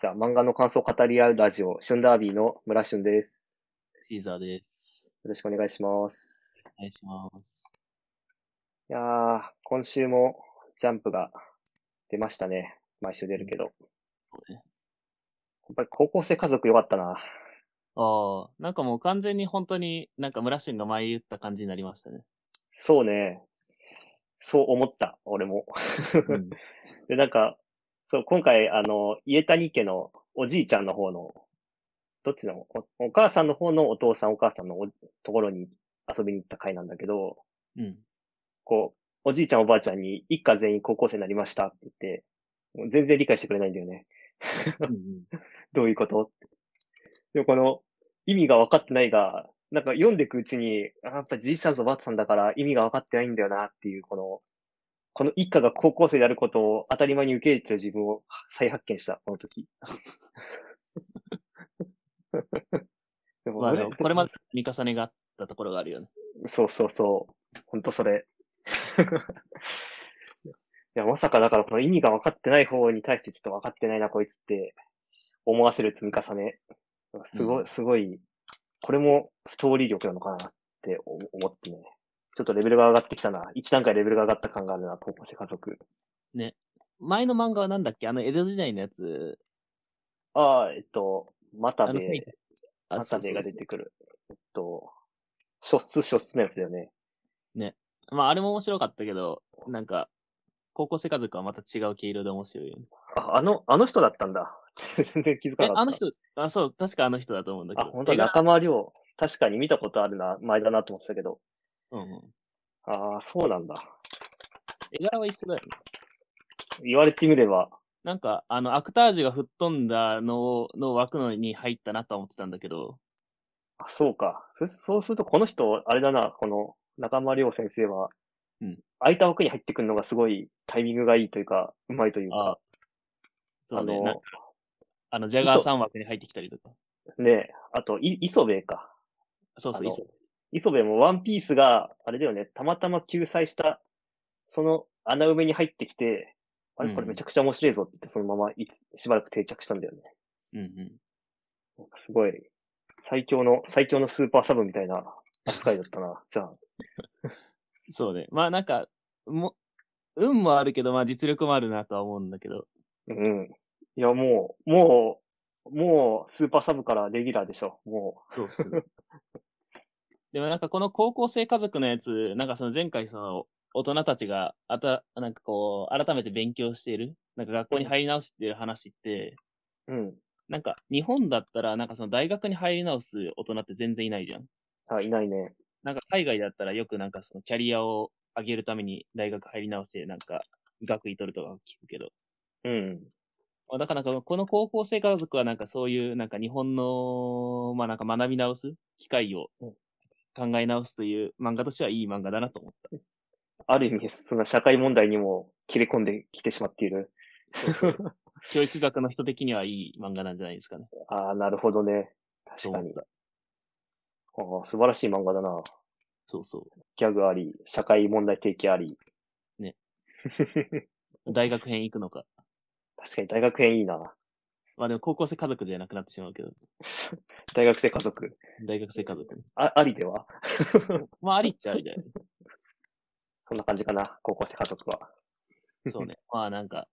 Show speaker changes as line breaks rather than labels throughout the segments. じゃあ、漫画の感想を語り合うラジオ、シュンダービーの村シュンです。
シーザーです。
よろしくお願いします。
お願いします。
いやー、今週もジャンプが出ましたね。毎週出るけど。や
そうね
っぱり高校生家族良かったな。
ああ、なんかもう完全に本当になんか村新が前言った感じになりました ね。
そうね。そう思った、俺も。
うん、
で、なんか、そう、今回、あの、家谷家のおじいちゃんの方の、どっちのお、お母さんの方のお父さんお母さんのおところに遊びに行った回なんだけど、
うん。
こう、おじいちゃんおばあちゃんに一家全員高校生になりましたって言って、もう全然理解してくれないんだよね。
うん
どういうことってでもこの意味が分かってないが、なんか読んでいくうちに、あやっぱじいさんとばあさんだから意味が分かってないんだよなっていう、この、この一家が高校生であることを当たり前に受け入れてる自分を再発見した、この 時。で
う
も
ん、まあで
俺
もこれまで見重ねがあったところがあるよね。
そうそうそう。ほんとそれ。 いや、まさかだからこの意味が分かってない方に対してちょっと分かってないな、こいつって思わせる積み重ね。すご
う
い、
ん
すごい、これもストーリー力なのかなって思思ってね。ちょっとレベルが上がってきたな。一段階レベルが上がった感があるな、高校生家族。
前の漫画はなんだっけあの江戸時代のやつ。
ああ、えっと、また
あの
で、
あ
またでが出
そうそう
てくる。えっと、ショッスショッスのやつだよね。
そうまああれも面白かったけど、なんか、高校生家族はまた違う毛色で面白いよね。
あ、あの、あの人だったんだ。 全然気づか
え
なかった。
あの人、あ、そう、確かあの人だと思うんだけ
あ、
ど。
本当
絵
だ
柄
仲間亮。確かに見たことあるな、前だなと思ってたけど。
うんうん。
ああ、そうなんだ。
絵柄は一緒だよね。
言われてみれば、
なんか、あの、アクタージュが吹っ飛んだのの枠のに入ったなとは思ってたんだけど、
あそうか。そそうすると、この人、あれだな、この仲間亮先生は、
うん
空いた枠に入ってくるのがすごいタイミングがいいというか、うまいというか、
そうね、
あの
なんか、あの、ジャガー3枠に入ってきたりとか。
ねえ、あと、い磯部か。
そうそ
あ
う、い
の
そう
磯部もワンピースが、あれだよね、たまたま救済した、その穴埋めに入ってきて、あれ、これめちゃくちゃ面白いぞって言って、そのままいしばらく定着したんだよね。
うんうん。
なんかすごい、最強の、最強のスーパーサブみたいな扱いだったな。 じゃあ、
そうね。まあなんか、も、運もあるけど、まあ実力もあるなとは思うんだけど、
うん。いや、もう、もう、もう、スーパーサブからレギュラーでしょ。も
そう っすね。でもなんかこの高校生家族のやつ、なんかその前回その大人たちがあた、なんかこう、改めて勉強している、なんか学校に入り直してる話って、
う。うん。
なんか日本だったらなんかその大学に入り直す大人って全然いないじゃん。
あ、いないね。
なんか海外だったらよくなんかそのキャリアを上げるために大学入り直してなんか学位取るとか聞くけど。
うん。
まあだからなんかこの高校生家族はなんかそういうなんか日本の、まあなんか学び直す機会を
うん
考え直すという漫画としてはいい漫画だなと思っ
ある意味、そんな社会問題にも切れ込んできてしまっている。
た。そうそう。教育学の人的にはいい漫画なんじゃないですかね。
ああ、なるほどね。確かに。ああ、素晴らしい漫画だな。
そうそ
ギャグあり、社会問題提起あり。
ね。う。大学編行くのか。
確かに大学編いいな。
まあでも高校生家族じゃなくなってしまうけど、
大学生家族。
大学生家族ね。
あ、ありでは
まあありっちゃありだよね。
そんな感じかな。高校生家族は。
そうね。まあなんか、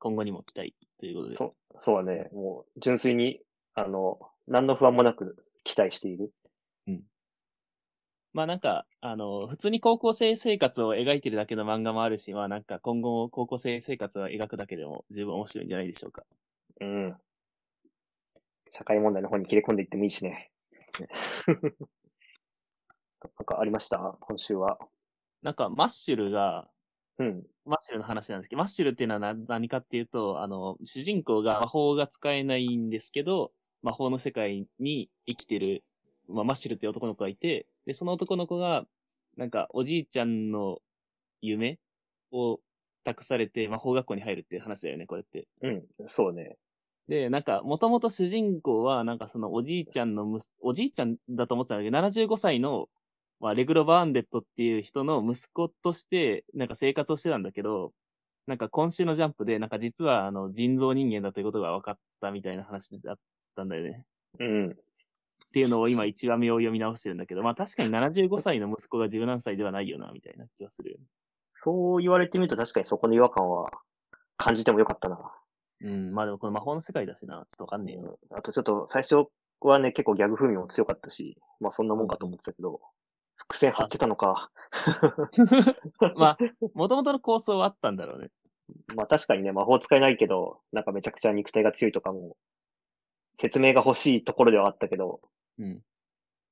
今後にも期待ということで。
そそうだね。もう、純粋に、あの、何の不安もなく期待している。
まあなんか、あの、普通に高校生生活を描いてるだけの漫画もあるし、まあなんか今後も高校生生活を描くだけでも十分面白いんじゃないでしょうか。
うん。社会問題の方に切れ込んでいってもいいしね。 なんかありました今週は。
なんかマッシュルが、
うん。
マッシュルの話なんですけど、マッシュルっていうのは何何かっていうと、あの、主人公が魔法が使えないんですけど、魔法の世界に生きてる、まあマッシュルっていう男の子がいて、で、その男の子が、なんかおじいちゃんの夢を託されて魔法学校に入るっていう話だよね、これって。
うん。そうね。
で、なんか、もともと主人公は、なんかそのおじいちゃんのむす、おじいちゃんだと思ってたんだけど、75歳の、まあ、レグロ・バーンデットっていう人の息子として、なんか生活をしてたんだけど、なんか今週のジャンプで、なんか実はあの人造人間だということが分かったみたいな話だったんだよね。
うん。
っていうのを今一話目を読み直してるんだけど、まあ確かに75歳の息子が十何歳ではないよな、みたいな気はするよね。
そう言われてみると確かにそこの違和感は感じてもよかったな。
うん、まあでもこの魔法の世界だしな、ちょっとわかんねえよ。
あとちょっと最初はね、結構ギャグ風味も強かったし、まあそんなもんかと思ってたけど、伏線張ってたのか。
まあ、もともとの構想はあったんだろうね。
まあ確かにね、魔法使えないけど、なんかめちゃくちゃ肉体が強いとかも、説明が欲しいところではあったけど、
うん。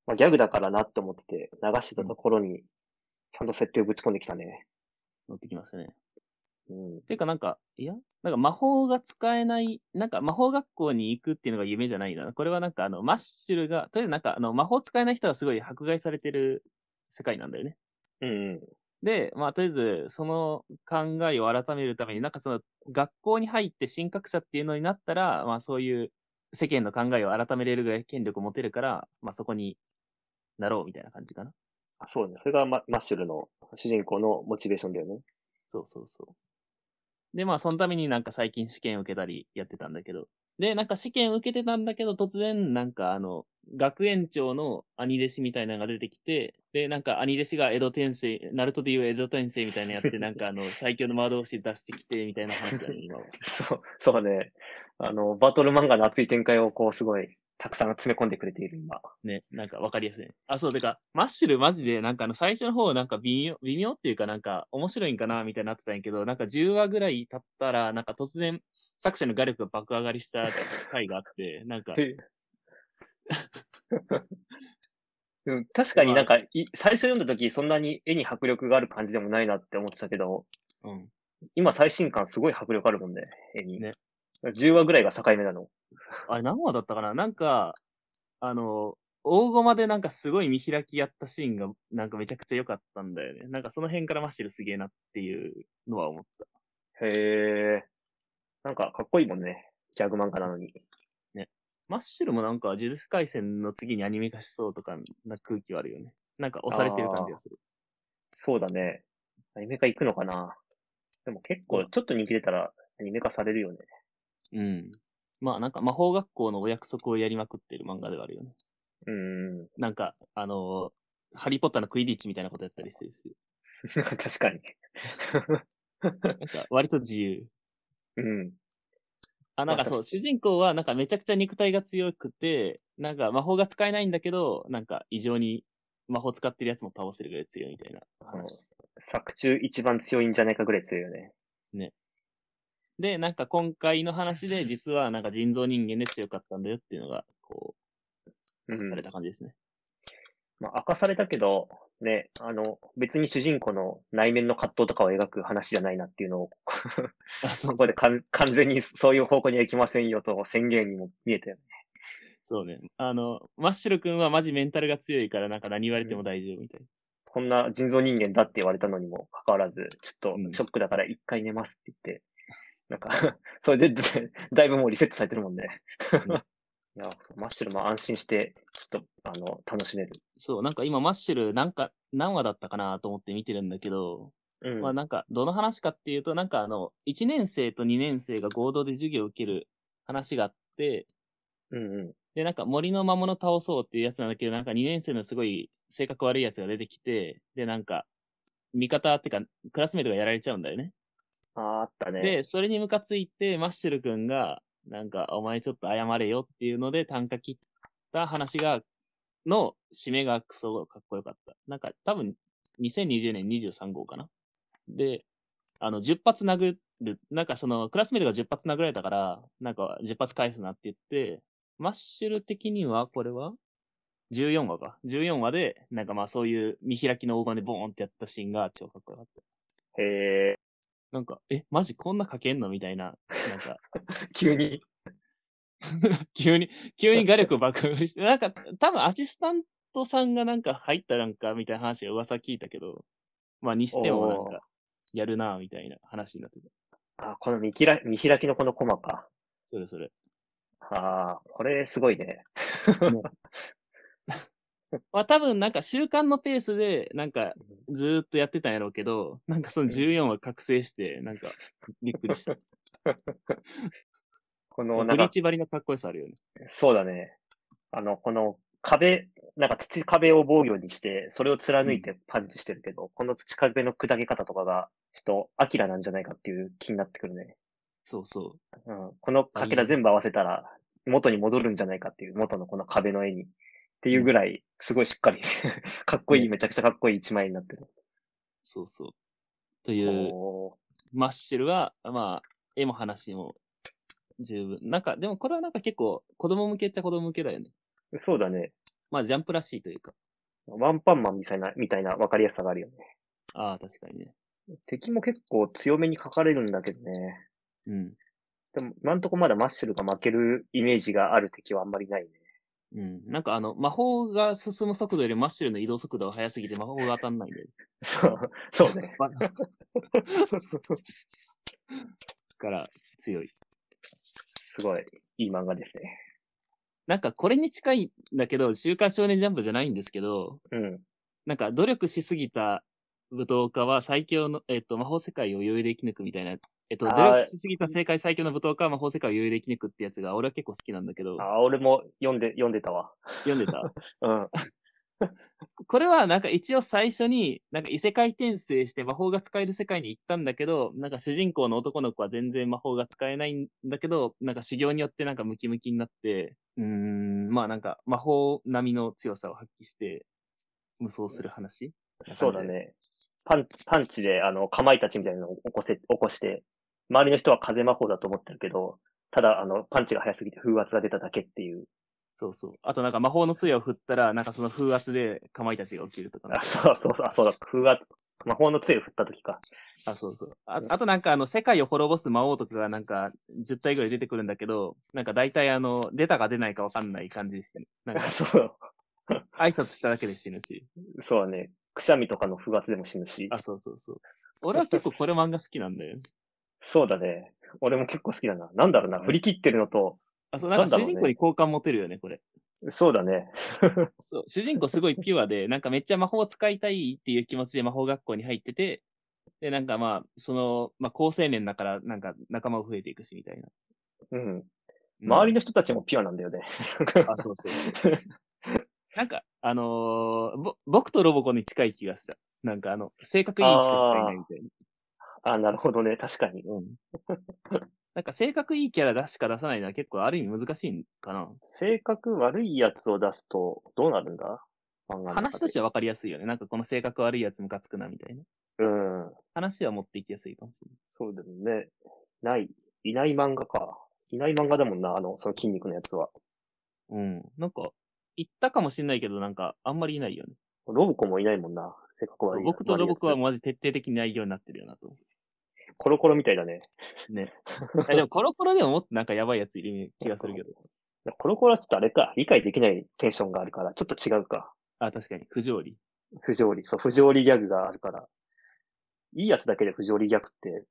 まあギャグだからなって思ってて、流してたところに、ちゃんと設定をぶち込んできたね。
乗ってきましたね。
うん。
てかなんか、いや、なんか魔法が使えない、なんか魔法学校に行くっていうのが夢じゃないな。これはなんかあの、マッシュルが、とりあえずなんかあの、魔法使えない人はすごい迫害されてる世界なんだよね。
うんうん。
で、まあ、とりあえず、その考えを改めるために、なんかその、学校に入って神格者っていうのになったら、まあ、そういう世間の考えを改めれるぐらい権力を持てるから、まあ、そこになろうみたいな感じかな。
あそうね。それがママッシュルの主人公のモチベーションだよね。
そうそうそう。で、まあ、そのためになんか最近試験受けたりやってたんだけど。で、なんか試験受けてたんだけど、突然、なんかあの、学園長の兄弟子みたいなのが出てきて、で、なんか兄弟子が江戸天生、ナルトでいう江戸天生みたいなのやって、なんかあの、最強の魔導士出してきて、みたいな話だね、今は。
そう、そうね。あの、バトル漫画の熱い展開をこう、すごい、たくさん詰め込んでくれている、今。
ね、なんかわかりやすいね。あ、そう、てか、マッシュルマジで、なんかあの、最初の方、なんか微妙、微妙っていうかなんか、面白いんかな、みたいになってたんやけど、なんか10話ぐらい経ったら、なんか突然、作者の画力が爆上がりした回があって、なんか、
でも確かになんか、い最初読んだ時そんなに絵に迫力がある感じでもないなって思ってたけど、
うん。
今最新刊すごい迫力あるもんね、絵に。
ね
10話ぐらいが境目なの。
あれ、何話だったかななんか、あの、大駒でなんかすごい見開きやったシーンが、なんかめちゃくちゃ良かったんだよね。なんかその辺からマッシュルすげえなっていうのは思った。
へえ。なんかかっこいいもんね。ギャグ漫画なのに。
マッシュルもなんか、呪術廻戦の次にアニメ化しそうとか、な空気はあるよね。なんか押されてる感じがする。
そうだね。アニメ化行くのかなでも結構、ちょっと人気出たらアニメ化されるよね。
うん。まあなんか魔法学校のお約束をやりまくってる漫画ではあるよね。
うん。
なんか、あのーハリーポッターのクイディッチみたいなことやったりしてるし、
確かに。
なんか割と自由。
うん。
あ、なんかそ
ま
う、
あ
主人公はなんかめちゃくちゃ肉体が強くて、なんか魔法が使えないんだけど、なんか異常に魔法使ってるやつも倒せるぐらい強いみたいな話。
作中一番強いんじゃないかぐらい強いよね。
で、なんか今回の話で実はなんか人造人間で強かったんだよっていうのが、こ
う
う、
ん
された感じですね。
まあ、明かされたけど、ね、あの、別に主人公の内面の葛藤とかを描く話じゃないなっていうのを、
あ、 そ
こ
う
こ
そう
でかん完全にそういう方向には行きませんよと宣言にも見えたよね。
そうね。あの、マッシュル君はマジメンタルが強いから、なんか何言われても大丈夫みたいな。
こんな人造人間だって言われたのにもかかわらず、ちょ
う
っ
ん
とショックだから一回寝ますって言って、なんか、 それで、だいぶもうリセットされてるもんね。
うん
いや、そうマッシュルも安心して、ちょっと、あの、楽しめる。
そう、なんか今マッシュル、なんか、何話だったかなと思って見てるんだけど、
うん。
まあなんか、どの話かっていうと、なんかあの、1年生と2年生が合同で授業を受ける話があって、
うんうん。
で、なんか森の魔物倒そうっていうやつなんだけど、なんか2年生のすごい性格悪いやつが出てきて、で、なんか、味方ってか、クラスメイトがやられちゃうんだよね。
あーあったね。
で、それにムカついて、マッシュル君が、なんか、お前ちょっと謝れよっていうので、短歌切った話が、の締めがクソかっこよかった。なんか、多分、2020年23号かな。で、あの、10発殴る、なんかその、クラスメイトが10発殴られたから、なんか、10発返すなって言って、マッシュル的には、これは ?14 話か。14話で、なんかまあそういう見開きの大金でボーンってやったシーンが超かっこよかった。
へえ、
なんか、え、マジこんな書けんのみたいな、なんか、
急に。
急に、急に画力爆上がりして、なんか、多分アシスタントさんがなんか入ったなんかみたいな話が噂聞いたけど、まあ、にしてもなん
おー
か、やるなぁみたいな話になってた。
あ、この見きら見開きのこのコマか。
それそれ。
ああ、これすごいね。
まあ多分なんか習慣のペースで、なんかずーっとやってたんやろうけど、なんかその14は覚醒して、なんかびっくり した。
こ
ま
の、
あ
な
ブ
ん
リー
か、
チ張りのかっこよさあるよね。
そうだね。あの、この壁、なんか土壁を防御にして、それを貫いてパンチしてるけど、この土壁の砕け方とかが、ちょっと、アキラなんじゃないかっていう気になってくるね。
そうそう。
うん、このかけら全部合わせたら、元に戻るんじゃないかっていう、元のこの壁の絵に。っていうぐらい、すごいしっかり、 かっこいい、
ね
めちゃくちゃかっこいい一枚になってる。
そうそう。という、
お
マッシュルは、まあ、絵も話も十分。なんか、でもこれはなんか結構子供向けっちゃ子供向けだよね。
ーそうだね。
まあ、ジャンプらしいというか。
ワンパンマンみたいな、みたいな分かりやすさがあるよね。
ああ、確かにね。
敵も結構強めに書かれるんだけどね。
うん。
でも、今んとこまだマッシュルが負けるイメージがある敵はあんまりないね。
うん。なんかあの、魔法が進む速度よりマッシュルの移動速度が速すぎて魔法が当たんないんだよね。
そう、そうね。
バカだから、強い。
すごい、いい漫画ですね。
なんかこれに近いんだけど、週刊少年ジャンプじゃないんですけど、
うん。
なんか努力しすぎた武闘家は最強の、えっと、魔法世界を余裕で生き抜くみたいな、えっと、
あー
努力しすぎた世界最強の武闘家は魔法世界を余裕で生き抜くってやつが、俺は結構好きなんだけど、
あ、俺も読んで、読んでたわ。
読んでた。
うん。
これはなんか一応最初に、なんか異世界転生して魔法が使える世界に行ったんだけど、なんか主人公の男の子は全然魔法が使えないんだけど、なんか修行によってなんかムキムキになって、うーん、まあなんか魔法並みの強さを発揮して、無双する話
そうだね。パンパンチで、あの、かまいたちみたいなのを起こせ、起こして、周りの人は風魔法だと思ってるけど、ただ、あの、パンチが速すぎて風圧が出ただけっていう。
そうそう。あとなんか魔法の杖を振ったら、なんかその風圧でかまいたちが起きるとかね、
あ、そうそう、あ、そうだ、風圧、魔法の杖を振った時か。
あ、そうそう。ああとなんかあの、世界を滅ぼす魔王とかがなんか10体ぐらい出てくるんだけど、なんか大体あの、出たか出ないかわかんない感じでしたね。なん
あ
か
そう、
挨拶しただけで死ぬし。
そうだね。くしゃみとかの風圧でも死ぬし。
あ、そうそうそう。俺は結構これ漫画好きなんだよね。
そうだね。俺も結構好きだな。なんだろうな、振り切ってるのと、
あ、そう、なんか
なんだろ
主
うね
人公に好感持てるよね、これ。
そうだね。
そう、主人公すごいピュアで、 なんかめっちゃ魔法使いたいっていう気持ちで魔法学校に入ってて、で、なんかまあ、その、まあ、高青年だから、なんか仲間も増えていくし、みたいな。
うん。周り
の、
の人たちもピュアなんだよね。
あ、そうそうそう。なんか、あのーぼ、僕とロボコに近い気がした。なんかあの、性格いい人しかいないみたいな。
あ、なるほどね。確かに。
うん。なん か性格いいキャラ出しか出さないのは結構ある意味難しいんかな。
性格悪いやつを出すと、どうなるんだ漫画の中で
話としては分かりやすいよね。なんかこの性格悪いやつムカつくなみたいな。
うん。
話は持っていきやすいかもしれない。
そうだよね。ない、いない漫画か。いない漫画だもんな、あの、その筋肉のやつは。
うん。なんか、言ったかもしれないけど、なんか、あんまりいないよね。
ロボコもいないもんな、性格
そ
悪
う
い。
僕とロボコ
悪
はい
や
マジ徹底的に内容になってるよなと。
つコロコロみたいだね。
ね。えでも、コロコロでももっとなんかやばいやついる気がするけど。
コロコロはちょっとあれか、理解できないテンションがあるから、ちょっと違うか。
あ、確かに。不条理。
不条理、そう、不条理ギャグがあるから。いいやつだけで不条理ギャグって、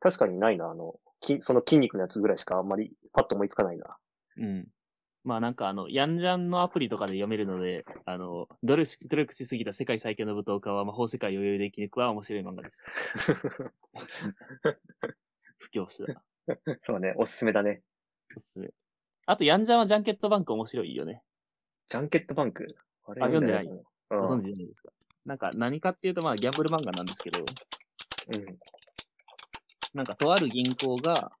確かにないな、あの、筋その筋肉のやつぐらいしかあんまりパッと思いつかないな。
うん。まあなんかあの、ヤンジャンのアプリとかで読めるので、あの、努力し努力しすぎた世界最強の舞踏家は魔法世界を余裕で生き抜くは面白い漫画です。不教師だな。
そうね、おすすめだね。
おすすめ。あと、ヤンジャンはジャンケットバンク面白いよね。
ジャンケットバンク。あれ
あ読んでない
読か
ご
な。う
存
ん
知じゃないですか。なんか何かっていうと、まあギャンブル漫画なんですけど、
うん。
なんかとある銀行が、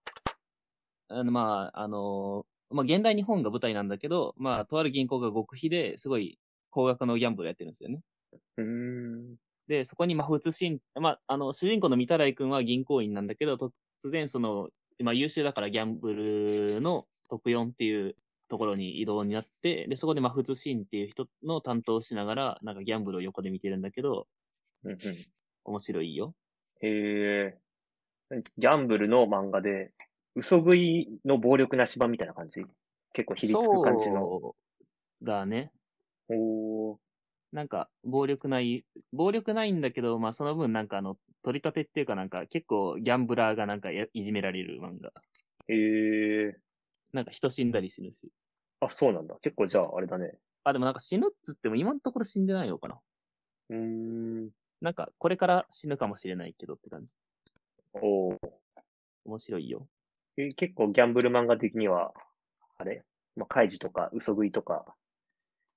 あのまあ、あのまあ現代日本が舞台なんだけど、まあとある銀行が極秘ですごい高額のギャンブルやってるんですよね。
うーん。
で、そこに、まあ、普通しん、まあ、あの、主人公の三たらいくんは銀行員なんだけど、突然、その、まあ、優秀だからギャンブルの特4っていうところに移動になって、で、そこで、まあ、普通シーンっていう人の担当をしながら、なんかギャンブルを横で見てるんだけど、
うんうん
面白いよ。
へえ。ギャンブルの漫画で、嘘食いの暴力なし版みたいな感じ結構ひりつく感じの。
そうだね。
おー
なんか、暴力ない、暴力ないんだけど、まあ、その分、なんか、あの、取り立てっていうかなんか、結構、ギャンブラーがなんかや、いじめられる漫画。
へえ。
なんか、人死んだりするし。
あ、そうなんだ。結構じゃあ、あれだね。
あ、でもなんか死ぬっつっても今のところ死んでないのかな。
うーん。
なんか、これから死ぬかもしれないけどって感じ。
おー
面白いよ。
え結構ギャンブル漫画的には、あれまあ、カイジとか、嘘食いとか、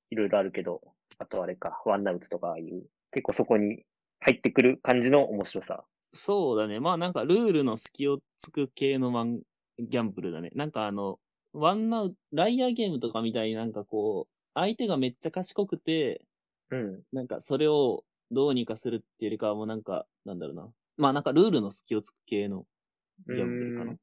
いろいろあるけど、あとあれか、ワンナウツとかああいう、結構そこに入ってくる感じの面白さ。
そうだね。まあなんかルールの隙をつく系のマン、ギャンブルだね。なんかあの、ワンナウ、ライアーゲームとかみたいになんかこう、相手がめっちゃ賢くて、
うん。
なんかそれをどうにかするっていうよりかはもうなんか、なんだろうな。まあなんかルールの隙をつく系のギャンブルかな。
な。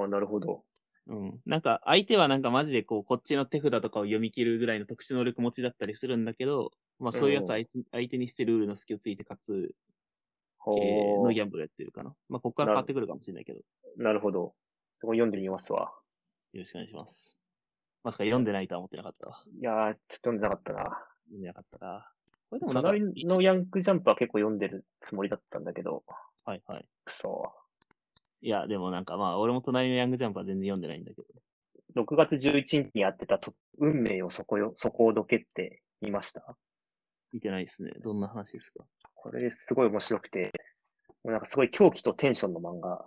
ああ、なるほど。
うん。なんか相手はなんかマジでこう、こっちの手札とかを読み切るぐらいの特殊能力持ちだったりするんだけど、まあそういうやつ相手相手にしてルールの隙をついて勝つ系
ほ
の
う
ギャンブルやってるかな。まあここから変わってくるかもしれないけど。
なるほど。そこ読んでみますわ。
よろしくお願いします。まさか読んでないとは思ってなかったわ。
いやー、ちょっと読んでなかったな。
読んでなかったか。これでもなんか、
隣の
一
ヤンクジャンプは結構読んでるつもりだったんだけど、
はいはい。
くそ
いや、でもなんかまあ、俺も隣のヤングジャンプは全然読んでないんだけ
ー。
ど。
6月11日にやってたと運命をそこよ、そこをどけって見ました
見てないですね。どんな話ですか
これすごい面白くて、もうなんかすごい狂気とテンションの漫画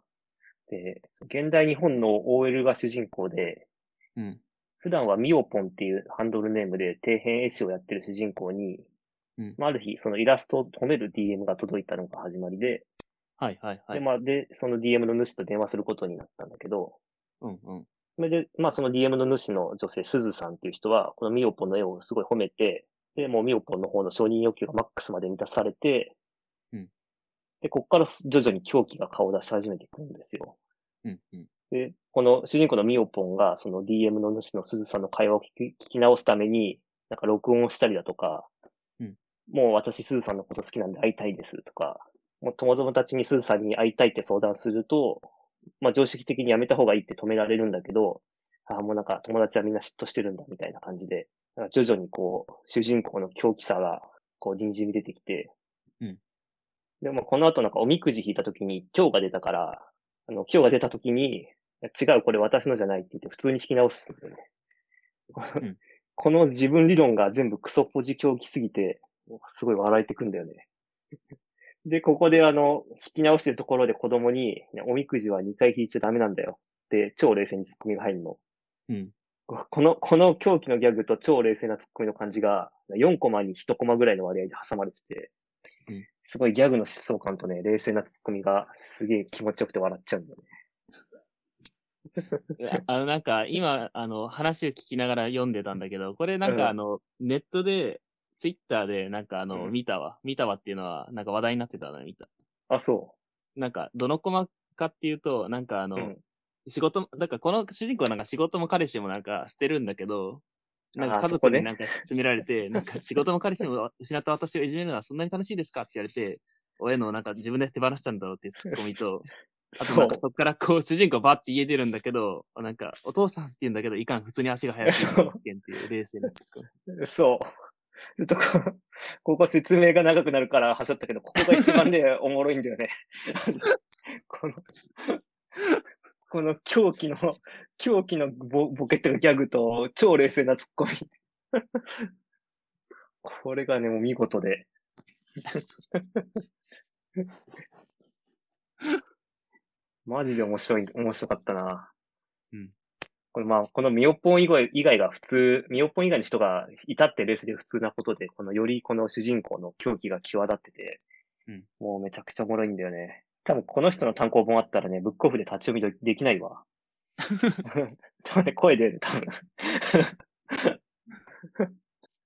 で、現代日本の OL が主人公で、
うん。
普段はミオポンっていうハンドルネームで底辺絵師をやってる主人公に、
うん
まあ、ある日、そのイラストを褒める DM が届いたのが始まりで、
はいはいはい。
で、まあ、で、その DM の主と電話することになったんだけど、
うんうん。
それで、まあ、その DM の主の女性、すずさんっていう人は、このミオポンの絵をすごい褒めて、で、もうミオポンの方の承認欲求がマックスまで満たされて、
うん
で、こっから徐々に狂気が顔を出し始めていくんですよ。
うんうん。
で、この主人公のミオポンが、その DM の主のすずさんの会話を聞き聞き直すために、なんか録音をしたりだとか、
うん
もう私すずさんのこと好きなんで会いたいですとか、もう友達たちにすずさんに会いたいって相談すると、まあ常識的にやめた方がいいって止められるんだけど、ああ、もうなんか友達はみんな嫉妬してるんだみたいな感じで、なんか徐々にこう、主人公の狂気さが、こう、にじみ出てきて、
うん
でもこの後なんかおみくじ引いた時に、今日が出たから、あの、今日が出た時に、違う、これ私のじゃないって言って普通に引き直すんだよね。
ん
この自分理論が全部クソポジ狂気すぎて、すごい笑えてくんだよね。 で、ここであの、引き直してるところで子供に、ねおみくじは2回引いちゃダメなんだよって、超冷静にツッコミが入るの。
うん。
この、この狂気のギャグと超冷静なツッコミの感じが、4コマに1コマぐらいの割合で挟まれてて
うん、
すごいギャグの疾走感とね、冷静なツッコミがすげえ気持ちよくて笑っちゃうんだよね。
あの、なんか、今、あの、話を聞きながら読んでたんだけど、これなん
うん
かあの、ネットで、ツイッターで、なんかあの、
うん
見たわ。見たわっていうのは、なんか話題になってたな、見た。
あ、そ
なんか、どのコマかっていうと、なんかあ
う。
の、
うん。
仕事も、だからこの主人公はなんか仕事も彼氏もなんか捨てるんだけど、なんか
あー
家
そこ
族
ね
になんか詰められて、なんか仕事も彼氏も失った私をいじめるのはそんなに楽しいですかって言われて、親のなんか自分で手放したんだろうっていうツッコミと、あと
そ
な
うん
か。そっからこう主人公バーって家出るんだけど、なんかお父さんって言うんだけど、いかん普通に足が速いっていう冷静なツッコミ。
そう。ちょっとこ、ここ説明が長くなるから端折ったけど、ここが一番ね、 おもろいんだよね。この、この狂気の、狂気のボボケてるギャグと、超冷静なツッコミ。 これがね、もう見事で。 マジで面白い、面白かったな。
うん。
これまあ、このミオポン以外以外が普通、ミオポン以外の人がいたってレースで普通なことで、このよりこの主人公の狂気が際立ってて、
うん
もうめちゃくちゃおもろいんだよね。多分この人の単行本あったらね、ブックオフで立ち読みできない わ。多分ね、声出る、多分。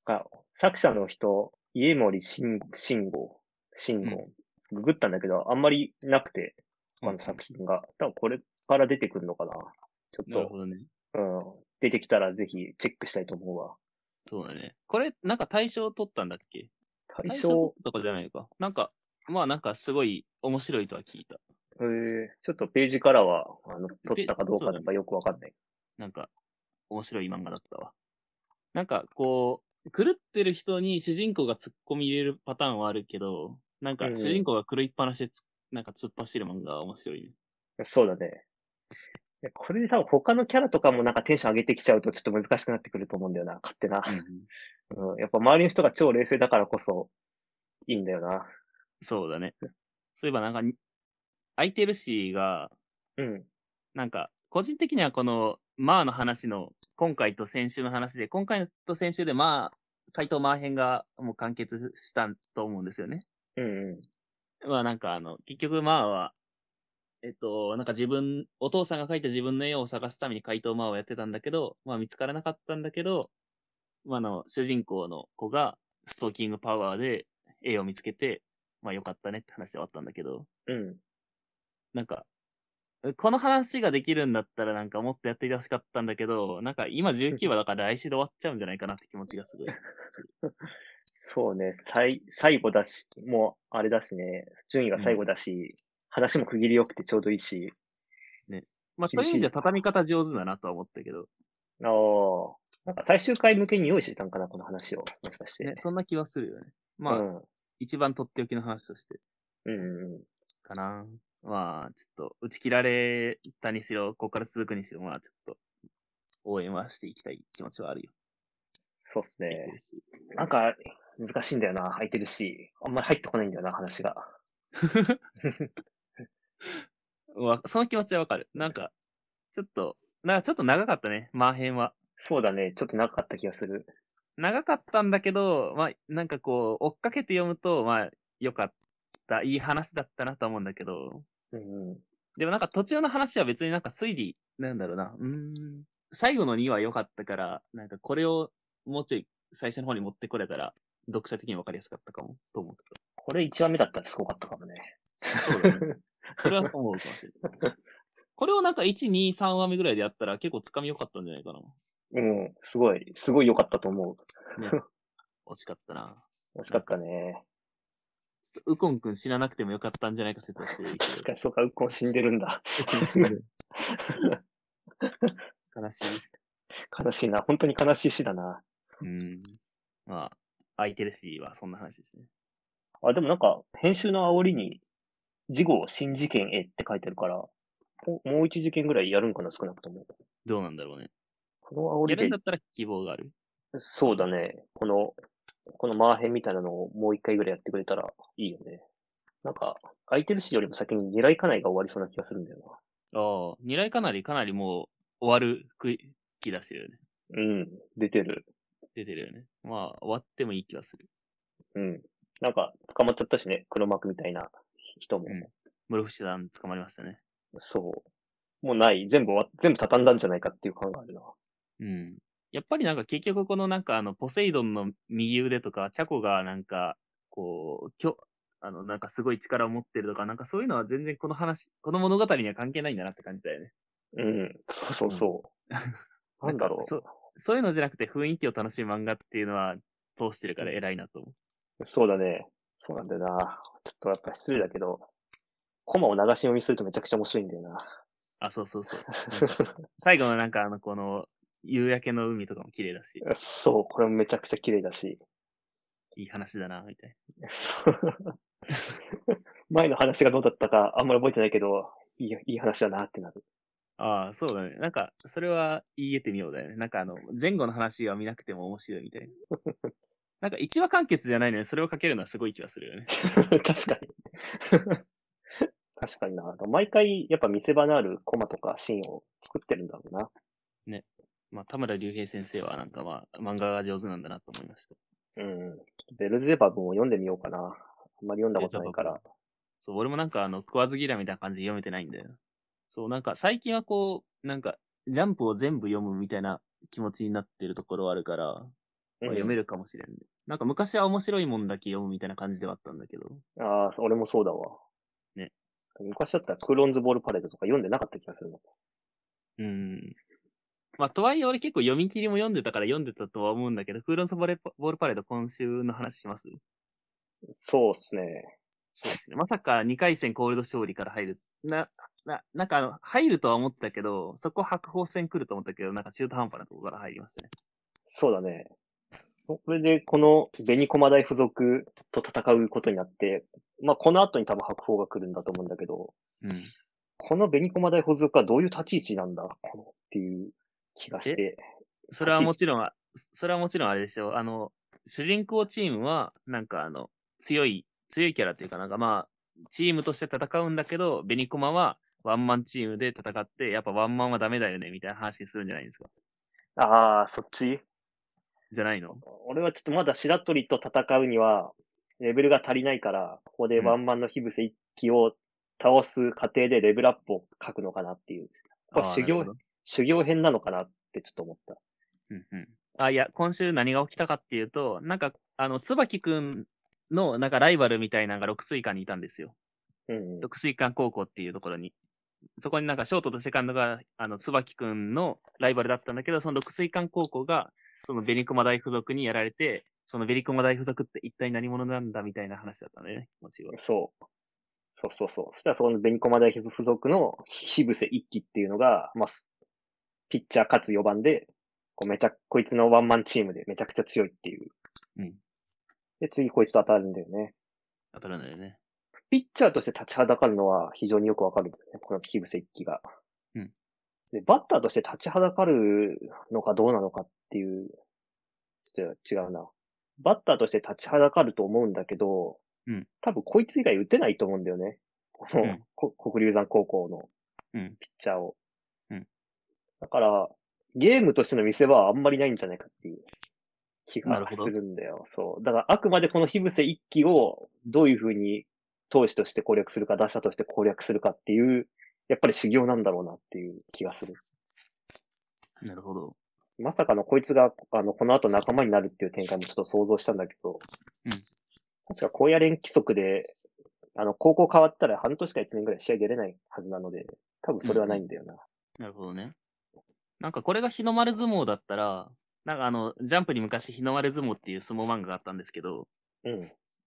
あ作者の人、家森慎慎吾、慎吾、ググったんだけど、あんまりなくて、あの作品が。多分これから出てくるのかな。ちょっ
なる
と
ほどね。、
うん、出てきたらぜひチェックしたいと思うわ。
そうだね。これ、なんか大賞取ったんだっけ
対
大
象
賞、とかじゃないのか。なんか、まあなんかすごい面白いとは聞いた。
えーちょっとページからは、あの、取ったかどう
そう
か
だ
と
ね
かよくわかんない。
なんか、面白い漫画だったわ。なんか、こう、狂ってる人に主人公が突っ込み入れるパターンはあるけど、なんか
うん
主人公が狂いっぱなしでつ、なんか突っ走る漫画は面白いね。
そうだね。いやこれで多分他のキャラとかもなんかテンション上げてきちゃうとちょっと難しくなってくると思うんだよな、勝手な。うん、やっぱ周りの人が超冷静だからこそ、いいんだよな。
そうだね。そういえばなんかに、空いてるしが、
うん。
なんか、個人的にはこの、まあの話の、今回と先週の話で、今回と先週で、まあ、回答まあ編がもう完結したと思うんですよね。
うんう
まあなんかあの、結局まあは、えっと、なんか自分、お父さんが書いた自分の絵を探すために怪盗まあをやってたんだけど、まあ見つからなかったんだけど、まああの、主人公の子がストーキングパワーで絵を見つけて、まあよかったねって話で終わったんだけど、
ん。うん。
なんか、この話ができるんだったらなんかもっとやっていてほしかったんだけど、なんか今19話だから来週で終わっちゃうんじゃないかなって気持ちがすごい。
そうね、最、最後だし、もう、あれだしね、順位が最後だし、話も区切り良くてちょうどいいし、
まあという意味では畳み方上手だなとは思ったけど、
ああ、なんか最終回向けに用意してたんかな、この話を。もしかして。
ね、そんな気はするよね。まあ、
うん。
一番とっておきの話として
うんうんうん。
かな。まあ、ちょっと、打ち切られたにしろ、ここから続くにしろ、まあ、ちょっと、応援はしていきたい気持ちはあるよ。
そうっすね。
し
なんか、難しいんだよな。空いてるし、あんまり入ってこないんだよな、話が。
わその気持ちはわかる。なんか、ちょっと、なんかちょっと長かったね、マーヘンは。
そうだね。ちょっと長かった気がする。
長かったんだけど、まあ、なんかこう、追っかけて読むと、まあ、よかった、いい話だったなと思うんだけど、
うんうん。
でもなんか途中の話は別になんか推理、なんだろうな。うーん。最後の2は良かったから、なんかこれをもうちょい最初の方に持ってこれたら、読者的に分かりやすかったかも、と思う。
これ1話目だったらすごかったかもね。
そう だね。それは思うかもしれない。これをなんか1、2、3話目ぐらいでやったら結構つかみ良かったんじゃないかな。
うん。すごい、すごい良かったと思
惜しかったな。
う。惜しかったね。
ちょっとウコンくん死ななくてもよかったんじゃないか説は強いけ
確かにそうか、ウッコン死んでるんだ。
ど。 悲しい。
悲しいな。本当に悲しい死だな。
うん。まあ、空いてるしはそんな話ですね。
あ、でもなんか、編集の煽りに、事後、新事件へって書いてあるから、おもう一事件ぐらいやるんかな、少なくとも。
どうなんだろうね。
この煽
や
り
るん
で
だったら希望がある。
そうだね。この、このマーヘンみたいなのをもう一回ぐらいやってくれたらいいよね。なんか、空いてるしよりも先に狙いかないが終わりそうな気がするんだよ
ああ、二来かなりかなりもう終わる区域出してるよね。
な。うん、出てる。
出てるよね。まあ、終わってもいい気がする。
うん。なんか、捕まっちゃったしね、黒幕みたいな人も。
うん室伏さん捕まりましたね。
そう。もうない。全部終わ、全部畳んだんじゃないかっていう感があるな。
うん。やっぱりなんか結局このなんかあの、ポセイドンの右腕とか、チャコがなんか、こう、きょ、あの、なんかすごい力を持ってるとか、なんかそういうのは全然この話、この物語には関係ないんだなって感じだよね。
うん。そうそう そう。なんだろ
かそう、そういうのじゃなくて雰囲気を楽しい漫画っていうのは通してるから偉いなと思う。
う。そうだね。そうなんだよな。ちょっとやっぱ失礼だけど、コマを流し読みするとめちゃくちゃ面白いんだよな。
あ、そうそうそう。なんか 最後のなんかあの、この、夕焼けの海とかも綺麗だし、
そう、これもめちゃくちゃ綺麗だし。
いい話だな、みたい
前の話がどうだったかあんまり覚えてないけど、いいいい話だなってなる。
な。ああ、そうだね。なんか、それは言えてみようだよね。なんかあの、前後の話は見なくても面白いみたいな。なんか一話完結じゃないのにそれを書けるのはすごい気がするよね。
確かに。確かにな。毎回やっぱ見せ場のあるコマとかシーンを作ってるんだろうな。
まあ、田村隆平先生はなんかまあ、漫画が上手なんだなと思いました。
うん。ベルゼバブも読んでみようかな。あんまり読んだことないから。
そう、俺もなんかあの、食わず嫌いみたいな感じで読めてないんだよ。そう、なんか最近はこう、なんか、ジャンプを全部読むみたいな気持ちになってるところはあるから、まあ読め
る。
るかもしれんね。なんか昔は面白いもんだけ読むみたいな感じではあったんだけど。
ああ、そう俺もそうだわ。
ね。
昔だったらクーロンズボールパレードとか読んでなかった気がするの。
うん。まあ、とはいえ俺結構読み切りも読んでたから読んでたとは思うんだけど、フーロンスボレボールパレード今週の話します
そうっすね。
そうですね。まさか2回戦コールド勝利から入る。な、な、なんかあの、入るとは思ったけど、そこ白鵬戦来ると思ったけど、なんか中途半端なとこから入りましたね。
そうだね。それで、この紅駒大付属と戦うことになって、まあ、この後に多分白鵬が来るんだと思うんだけど、
うん。
この紅駒大付属はどういう立ち位置なんだこのっていう気がして。
それはもちろん、それはもちろんあれでしょ。あの、主人公チームは、なんかあの、強い、強いキャラというかなんかまあ、チームとして戦うんだけど、ベニコマはワンマンチームで戦って、やっぱワンマンはダメだよね、みたいな話するんじゃないですか。
ああ、そっち
じゃないの
俺はちょっとまだ白鳥と戦うには、レベルが足りないから、ここでワンマンの火伏せ一機を倒す過程でレベルアップを書くのかなっていう。これ
あー
修行
なるほど
修行編なのかなってちょっと思った。
うんうん。あ、いや、今週何が起きたかっていうと、なんか、あの、椿くんの、なんかライバルみたいなのが六水館にいたんですよ。
うんうん。
六水館高校っていうところに。そこになんかショートとセカンドが、あの、椿くんのライバルだったんだけど、その六水館高校が、そのベニコマ大附属にやられて、そのベニコマ大附属って一体何者なんだみたいな話だったんだよね、今週は。
そう。そうそうそう。そしたらそこの紅駒大付属の火伏せ一機っていうのが、まあ、すピッチャーかつ4番で、こうめちゃ、こいつのワンマンチームでめちゃくちゃ強いっていう。
うん。
で、次こいつと当たるんだよね。
当たるんだよね。
ピッチャーとして立ちはだかるのは非常によくわかるんだよね。この火伏せ一機が。
うん。
で、バッターとして立ちはだかるのかどうなのかっていう、ちょっと違うな。バッターとして立ちはだかると思うんだけど、
うん。
多分こいつ以外打てないと思うんだよね。この、
うん
こ国立山高校の
うん。
ピッチャーを。
うん。
だから、ゲームとしての見せ場はあんまりないんじゃないかっていう気が
なるほ
す
ど
るんだよ。そう。だから、あくまでこの火伏せ一機をどういうふうに投手として攻略するか、打者として攻略するかっていう、やっぱり修行なんだろうなっていう気がする。
なるほど。
まさかのこいつが、あの、この後仲間になるっていう展開もちょっと想像したんだけど、
うん
確か高野連規則で、あの、高校変わったら半年か1年ぐらい試合出れないはずなので、多分それはないんだよな。
なるほどね。なんかこれが日の丸相撲だったら、なんかあの、ジャンプに昔日の丸相撲っていう相撲漫画があったんですけど、
うん。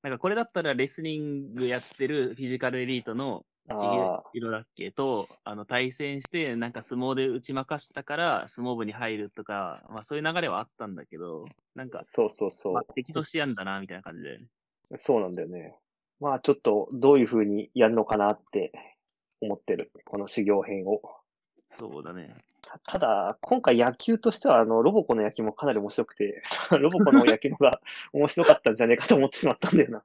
なんかこれだったらレスリングやってるフィジカルエリートのちぎ
ああ、
ひろだっけと、あの、対戦して、なんか相撲で打ち負かしたから、相撲部に入るとか、まあそういう流れはあったんだけど、なんか、
そうそうそう。
まあ、敵としてやんだな、みたいな感じで。
そうなんだよね。まあちょっとどういう風にやるのかなって思ってる。この修行編を。
そうだね。
たただ、今回野球としてはあの、ロボコの野球もかなり面白くて、 ロボコの野球の方が面白かったんじゃねえかと思ってしまったんだよな。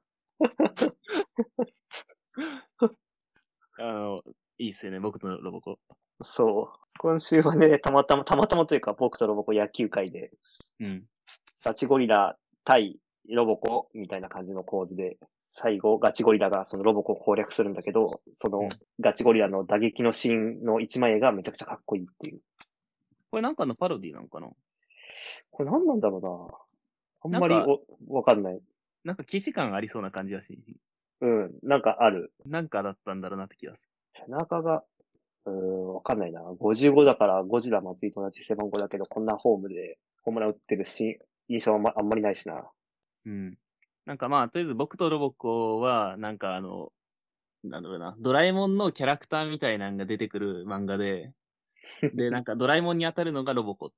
あの、いいっすよね、僕のロボコ。
そう。今週はね、 たまたま、たまたまというか僕とロボコ野球界で、
うん。
ガチゴリラ対ロボコみたいな感じの構図で、最後、ガチゴリラがそのロボコを攻略するんだけど、その
うん
ガチゴリラの打撃のシーンの一枚絵がめちゃくちゃかっこいいっていう。
これなんかのパロディなのかな
これ何なんだろうな。あんまり
なん
おわかんない。
なんか既視感ありそうな感じだし、
うん、なんかある。
なんかだったんだろうなって気がす
背中が、うーん、わかんないな。55だからゴジラ松井と同じ背番号だけど、こんなフォームでホームラン打ってるシーン、印象はあんまあんまりないしな。
る。うん。なんかまあ、とりあえず僕とロボコは、なんかあの、なんだろうな、ドラえもんのキャラクターみたいなのが出てくる漫画で、 で、なんかドラえもんに当たるのがロボコ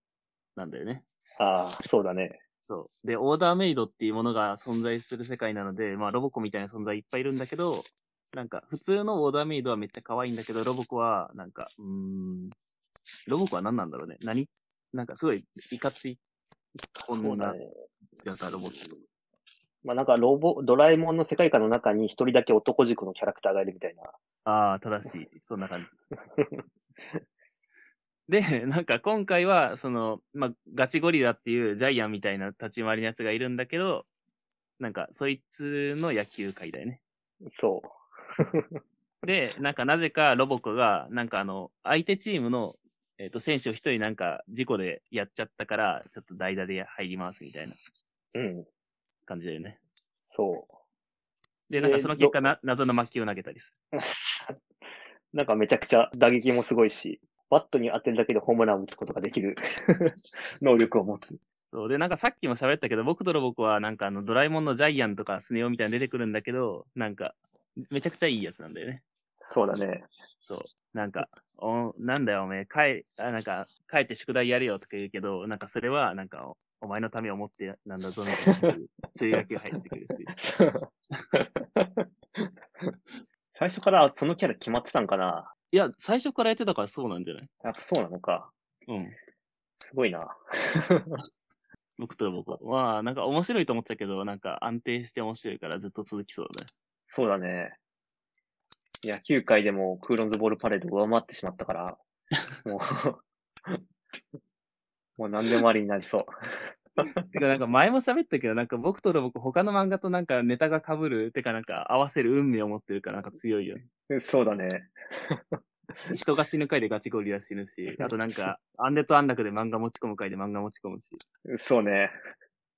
なんだよね。
ああ、そうだね。
そう。で、オーダーメイドっていうものが存在する世界なので、まあロボコみたいな存在いっぱいいるんだけど、なんか普通のオーダーメイドはめっちゃ可愛いんだけど、ロボコはなんか、うーん、ロボコは何なんだろうね。何なんかすごいいかついこんな
そうだね。
姿ロボコ。
まあなんかロボ、ドラえもんの世界観の中に一人だけ男軸のキャラクターがいるみたいな。
ああ、正しい。そんな感じ。 で、なんか今回は、その、まあ、ガチゴリラっていうジャイアンみたいな立ち回りのやつがいるんだけど、なんか、そいつの野球界だよね。
そう。
で、なんかなぜかロボコが、なんかあの、相手チームの、えっ、と、選手を一人なんか事故でやっちゃったから、ちょっと代打で入りますみたいな
うん、
感じだよね。
そ
で、なんかその結果、
え
な謎の魔球を投げたりす
う。なんかめちゃくちゃ打撃もすごいし、バットに当てるだけでホームランを打つことができる 能力を持つ。
る。そう。で、なんかさっきも喋ったけど、僕とロボコはなんかあの、ドラえもんのジャイアンとかスネ夫みたいなの出てくるんだけど、なんか、めちゃくちゃいいやつなんだよね。
そうだね。
そう。なんか、おなんだよ、おめえ、帰、あなんか、帰って宿題やれよとか言うけど、なんかそれは、なんか、おお前のためを思ってなんだぞ、みたいな、注意書きが入ってくる し。
最初からそのキャラ決まってたんかない
や、最初からやってたからそうなんじゃない
やっぱそうなのか。
うん。
すごいな。
僕とロボコ。まあ、なんか面白いと思ってたけど、なんか安定して面白いからずっと続きそうだね。
そうだね。野球界でもクーロンズボールパレードを上回ってしまったから、もう、 もう何でもありになりそう。
てか、なんか前も喋ったけど、なんか僕とロボコ他の漫画となんかネタが被る、てかなんか合わせる運命を持ってるからなんか強いよね。
うんそうだね。
人が死ぬ回でガチゴリラ死ぬし、あとなんか、アンデと安楽で漫画持ち込む回で漫画持ち込むし。
うんそうね。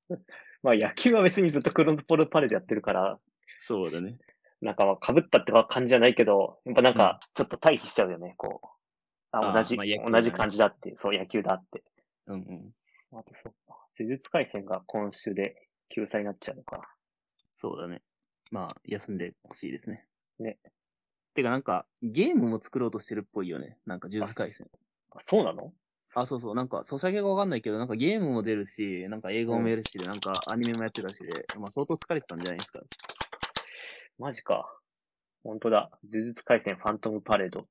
まあ野球は別にずっとクーロンズボールパレードやってるから、
そうだね。
なんかまあ被ったって感じじゃないけど、やっぱなんかちょっと対比しちゃうよね、こう。
あ
あ、
ー
同じ、
まあ野球だね
同じ感じだって、そう、野球だって。
うんうん。
あとそうか。呪術回戦が今週で救済になっちゃうのか。
そうだね。まあ、休んでほしいですね。
ね。
てかなんか、ゲームも作ろうとしてるっぽいよね。なんか、呪術廻戦。
あ、そうなの
あ、そうそう。なんか、ソシャゲがわかんないけど、なんかゲームも出るし、なんか映画もやるしで、なんかアニメもやってたしで、まあ相当疲れてたんじゃないですか。
マジか。本当だ。呪術回戦ファントムパレード。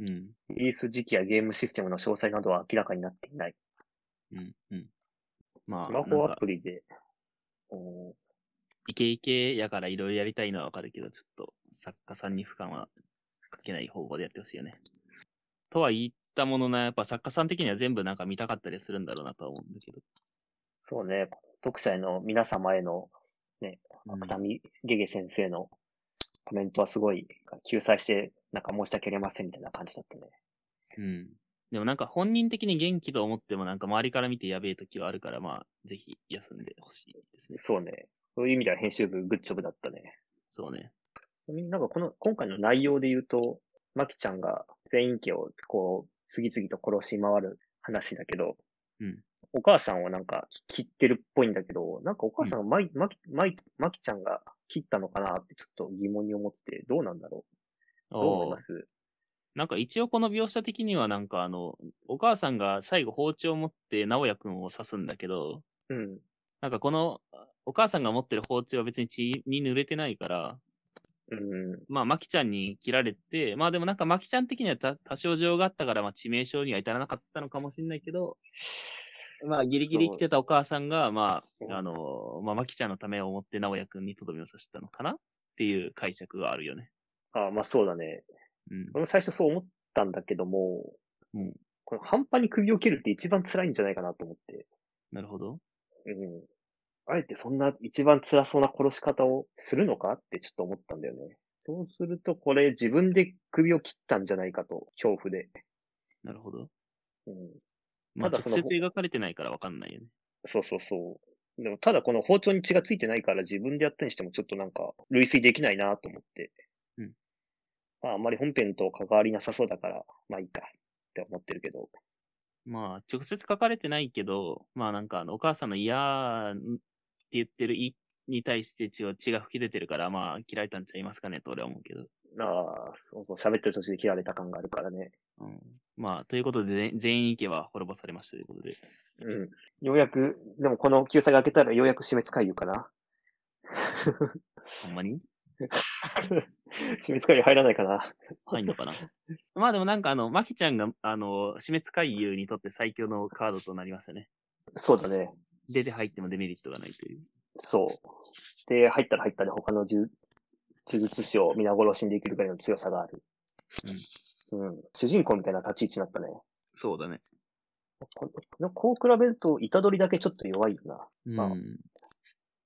うん。
リリース時期やゲームシステムの詳細などは明らかになっていない。
うん。うん。まあ、
ス
な
マ
んか
ホアプリで。おー
イケイケやからいろいろやりたいのはわかるけど、ちょっと作家さんに負荷はかけない方法でやってほしいよね。とは言ったものの、やっぱ作家さん的には全部なんか見たかったりするんだろうなとは思うんだけど。
そうね。読者への皆様への、
うん
片見ゲゲ先生のコメントはすごい、救済して、なんか申し訳ありませんみたいな感じだったね。
うん。でもなんか本人的に元気と思ってもなんか周りから見てやべえ時はあるから、まあ、ぜひ休んでほしいですね。
そうね。そういう意味では編集部グッジョブだったね。
そうね。
ちなみになんかこの、今回の内容で言うと、マキちゃんが全員家をこう、次々と殺し回る話だけど、
うん
お母さんをなんか切ってるっぽいんだけど、なんかお母さんがマイ、マキ、マイ、マキちゃんが切ったのかなってちょっと疑問に思ってて、どうなんだろうどう思い
おー
ます
なんか一応この描写的にはなんかあの、お母さんが最後包丁を持って直也くんを刺すんだけど、
うん。
なんかこの、お母さんが持ってる包丁は別に血に濡れてないから、
うん。
まあ、マキちゃんに切られて、まあでもなんかマキちゃん的にはた多少情があったから、まあ致命傷には至らなかったのかもしれないけど、まあギリギリ生きてたお母さんが、まあ、あのー、まあマキちゃんのためを思って直也くんにとどめを刺したのかなっていう解釈があるよね。
あまあそうだね。
うん。
俺も最初そう思ったんだけども、
うん
この半端に首を切るって一番辛いんじゃないかなと思って。
なるほど。
うん。あえてそんな一番辛そうな殺し方をするのかってちょっと思ったんだよね。そうすると、これ自分で首を切ったんじゃないかと、恐怖で。
なるほど。
うん。
まあ
た
直
だその
接描かれてないからわかんないよね。
そうそうそう。でも、ただこの包丁に血がついてないから自分でやったにしてもちょっとなんか、類推できないなと思って。
うん。
まあ、あんまり本編と関わりなさそうだから、まあいいかって思ってるけど。
まあ、直接書かれてないけど、まあなんかあの、お母さんの嫌って言ってるいに対して血を血が吹き出てるから、まあ、切られたんちゃいますかねと俺は思うけど。
ああ、そうそう、喋ってる途中で切られた感があるからね。
うん、まあ、ということで、全全員池は滅ぼされましたということで。
うん。ようやく、でもこの救済が明けたらようやく死滅回遊か な。
ほんまに
死滅回遊入らないかな。
入んのか なまあでもなんかあの、マキちゃんが、あの、死滅回遊にとって最強のカードとなりましたね。
そうだね。
出て入ってもデメリットがないという。
そう。で、入ったら入ったで他の呪呪術師を皆殺しにできるぐらいの強さがある。うん。主人公みたいな立ち位置になったね。
そうだね。
このこう比べると、虎取だけちょっと弱いよな。まあ
うん。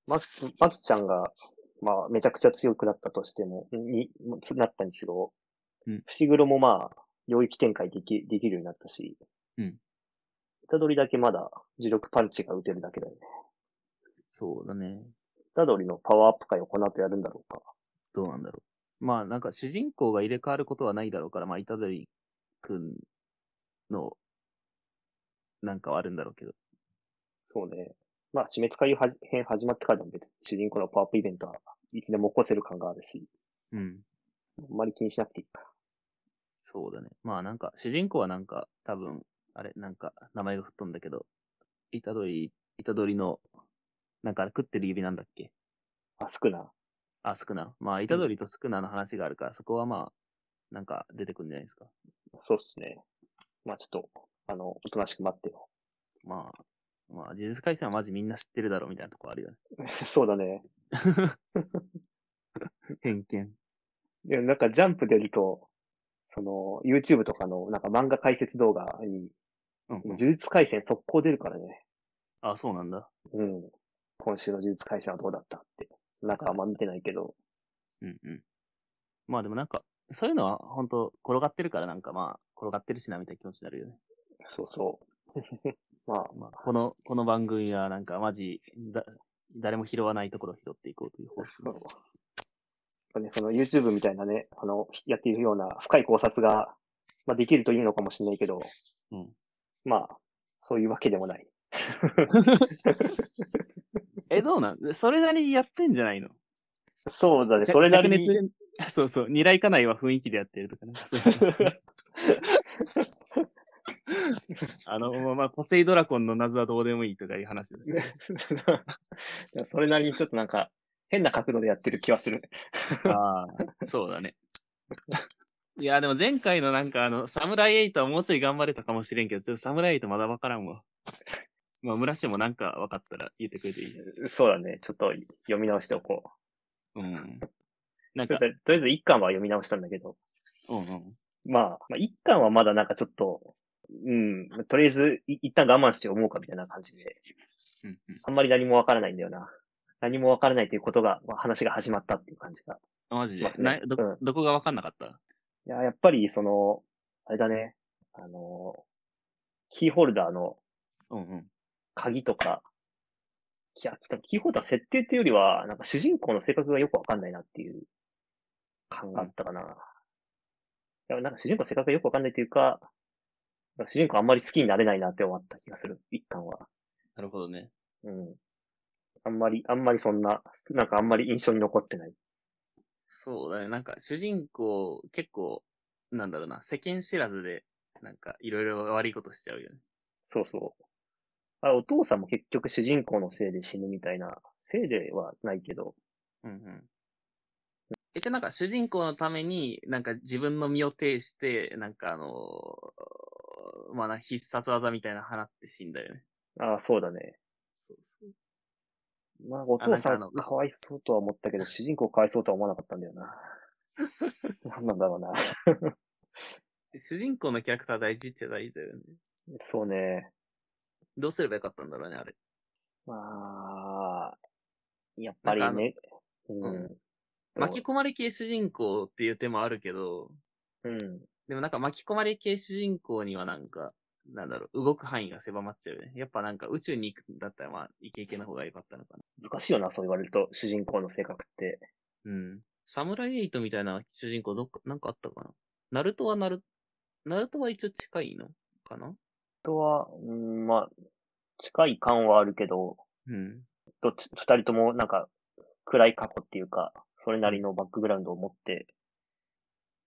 まき、まきちゃんが、まあ、めちゃくちゃ強くなったとしても、に、なったにしろ、
うん
伏黒もまあ、領域展開でき、できるようになったし、
うん。
虎取だけまだ、呪力パンチが打てるだけだよね。
そうだね。
虎取のパワーアップ会をこの後やるんだろうか。
どうなんだろう。まあなんか主人公が入れ替わることはないだろうから、まあ、虎杖くんの、なんかはあるんだろうけど。
そうね。まあ、死滅回遊はじ編始まってからでも別に主人公のパワーアップイベントはいつでも起こせる感があるし、
うん。
あんまり気にしなくていいか。
そうだね。まあなんか、主人公はなんか、多分、あれ、なんか、名前が吹っ飛んだけど、イタドリ、イタドリの、なんか食ってる指なんだっけ
あ、少な。
あ、スクナ。まあ、イタドリとスクナの話があるから、そこはまあ、なんか出てくるんじゃないですか。
そうっすね。まあ、ちょっと、あの、おとなしく待ってよ。
まあ、まあ、呪術廻戦はマジみんな知ってるだろうみたいなとこあるよね。
そうだね。
偏見。
でもなんかジャンプ出ると、その、YouTube とかのなんか漫画解説動画に、
うん、
呪術回戦速攻出るからね。
あ、そうなんだ。
うん。今週の呪術回戦はどうだったって。なんかあんま見てないけど。
うんうん。まあでもなんか、そういうのは本当転がってるからなんかまあ、転がってるしなみたいな気持ちになるよね。
そう そう。まあ、
まあ、この、この番組はなんかマジ、だ、誰も拾わないところを拾っていこうという方
そ
針。
う。やっぱね、その YouTube みたいなね、あの、やっているような深い考察が、まあできるといいのかもしれないけど、
うん。
まあ、そういうわけでもない。
え、どうなんそれなりにやってんじゃないの
そうだね、
じゃ
それなり
灼
に。
熱そうそう、二来家内は雰囲気でやってるとかね。そういう 話 あの、まあまあ、ポセイドラコンの謎はどうでもいいとかいう話をして。
それなりにちょっとなんか、変な角度でやってる気はする。
ああ、そうだね。いや、でも前回のなんかあの、サムライエイトはもうちょい頑張れたかもしれんけど、ちょっとサムライエイトまだわからんわ。まあ、村氏もなんか分かったら言ってくれていい。
そうだね、ちょっと読み直しておこう。
うん。なん
ちょ
か
っと、とりあえず一巻は読み直したんだけど、
うんうん。
まあ、まあ、一巻はまだなんかちょっと、うん、とりあえずい一旦我慢して思うかみたいな感じで、
うんうん
あんまり何もわからないんだよな。何もわからないということが、まあ話が始まったっていう感じが。
あマジ
し
で
ま、すね
など
うん
どこが分かんなかった
いや、やっぱり、その、あれだね、あの、キーホルダーの
うんうん。
鍵とか、いや、多分キーホルダー設定というよりは、なんか主人公の性格がよくわかんないなっていう感があったかな。いや、なんか主人公の性格がよくわかんないというか、なんか主人公あんまり好きになれないなって思った気がする、一巻は。
なるほどね。
うん。あんまり、あんまりそんな、なんかあんまり印象に残ってない。
そうだね。なんか主人公、結構、なんだろうな、世間知らずで、なんかいろいろ悪いことしちゃうよね。
そうそう。あお父さんも結局主人公のせいで死ぬみたいな、せいではないけど、
うんうん。え、じゃあなんか主人公のために、なんか自分の身を挺して、なんかあのーまあな、必殺技みたいなの放って死んだよね。
ああ、そうだね。
そうそう。
まあ、お
あな
父
んか
さ
あ
ん
の
かわいそうとは思っ たけど、主人公かわいそうとは思わなかったんだよな。なんなんだろうな。
主人公のキャラクター大事っちゃ大事だよね。
そうね。
どうすればよかったんだろうね、あれ。
まあ、やっぱりね。う
うん
ん。
巻き込まれ系主人公っていう手もあるけど、
うん。
でもなんか巻き込まれ系主人公にはなんか、なんだろう、動く範囲が狭まっちゃうよね。やっぱなんか宇宙に行くんだったらまあ、イケイケの方が良かったのかな。
難しいよな、そう言われると、主人公の性格って。
うん。サムライエイトみたいな主人公どっか、なんかあったかなナルトはナル、ナルトは一応近いのかな
あとは、うん、まあ、近い感はあるけど、
うん。
どっち、二人ともなんか、暗い過去っていうか、それなりのバックグラウンドを持って、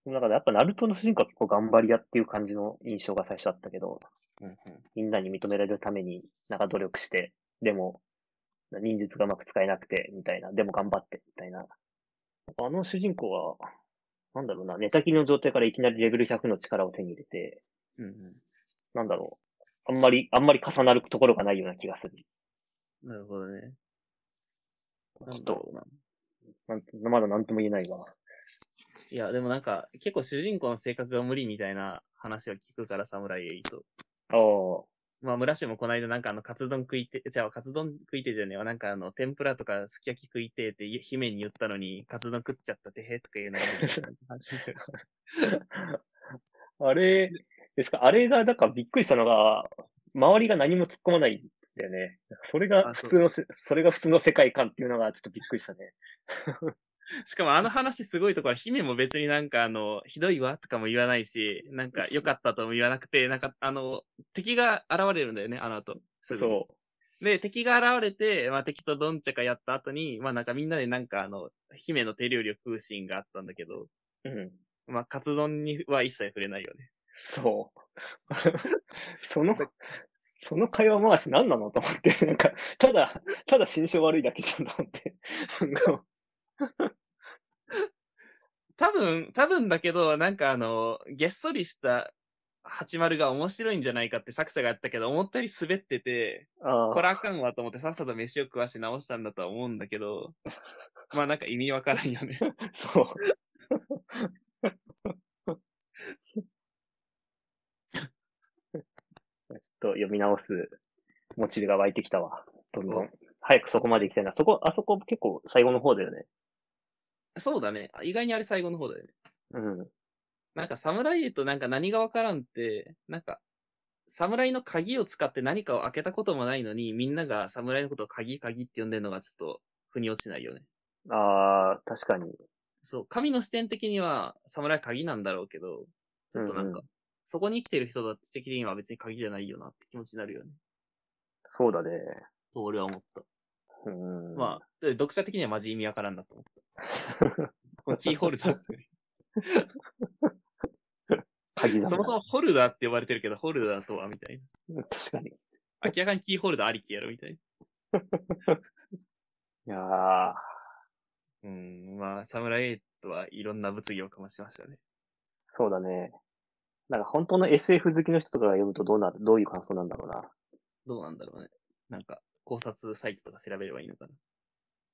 なんかやっぱナルトの主人公は結構頑張り屋っていう感じの印象が最初あったけど、
うんうん、
みんなに認められるために、なんか努力して、でも、忍術がうまく使えなくて、みたいな、でも頑張って、みたいな。あの主人公は、なんだろうな、寝たきりの状態からいきなりレベル100の力を手に入れて、
うんう
なんだろう、あんまり、あんまり重なるところがないような気がする。
ん。なるほどね。
ちょ
な
っ
んだろ
と、
うな。
なんまだなんとも言えないわ。
いや、でもなんか、結構主人公の性格が無理みたいな話を聞くから、サムライエイト。
ああ。
まあ、村氏もこの間なんかあの、カツ丼食いて、じゃあカツ丼食いてじゃねえわ。なんかあの、天ぷらとかすき焼き食いてってゆ姫に言ったのに、カツ丼食っちゃったてへとか言うながら話してたし
あれですか、あれが、だからびっくりしたのが、周りが何も突っ込まないんだよね。それが
あ
普
そう
通のせ、それが普通の世界観っていうのがちょっとびっくりしたね。
しかもあの話すごいところは、姫も別になんかあの、ひどいわとかも言わないし、なんか良かったとも言わなくて、なんかあの、敵が現れるんだよね、あの後。すぐに
そ
で、敵が現れて、まあ敵とどんちゃかやった後に、まあなんかみんなでなんかあの、姫の手料理を食うシーンがあったんだけど、
う。うん。
まあカツ丼には一切触れないよね。
そう。その、その会話回し何なのと思って、 なんか、ただ、ただ心象悪いだけじゃんと思って。
多分、多分だけど、なんかあの、げっそりした八丸が面白いんじゃないかって作者がやったけど、思ったより滑ってて、
あ
こ
あ、
れあかんわと思ってさっさと飯を食わして直したんだとは思うんだ けど、まあなんか意味わからんよね。
そう。 ちょっと読み直すモチベが湧いてきたわ。どんど。
うん
早くそこまで行きたいな。そこ、あそこ結構最後の方だよね。
そうだね。意外にあれ最後の方だよね。
うん。
なんか侍へとなんか何がわからんって、なんか、侍の鍵を使って何かを開けたこともないのに、みんなが侍のことを鍵鍵って呼んでるのがちょっと腑に落ちないよね。
ああ、確かに。
そう、神の視点的には侍は鍵なんだろうけど、ちょっとなんか、
う
そこに生きてる人たち的には別に鍵じゃないよなって気持ちになるよね。
そうだね。
と俺は思った。
うん。
まあ、で読者的にはマジ意味わからんなと思った。このキーホルダーって。
あ、 鍵なんだ
そもそもホルダーって呼ばれてるけど、ホルダーとはみたいな。
確かに。い
明らかにキーホルダーありきやろみたいな。
やー、
うん、まあ、サムライエイトはいろんな物議をかましましたね。
そうだね。なんか本当の SF 好きの人とかが読むとどうなる、どういう感想なんだろうな。
どうなんだろうね。なんか、考察サイトとか調べればいいのかな。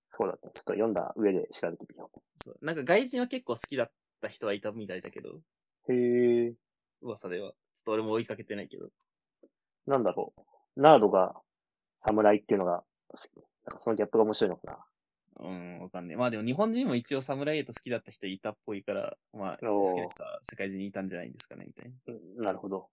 そうだね。ちょっと読んだ上で調べてみよ
そう。なんか外人は結構好きだった人はいたみたいだけど、
う。へえ。
噂では。ちょっと俺も追いかけてないけど。
なんだろう。ナードが侍っていうのが好き、なんかそのギャップが面白いのか
うん、わかんない。まあでも日本人も一応サムライエイト好きだった人いたっぽいから、まあ、
おー
好きな人は世界中にいたんじゃないんですかね、みたいな。
な。うんなるほど。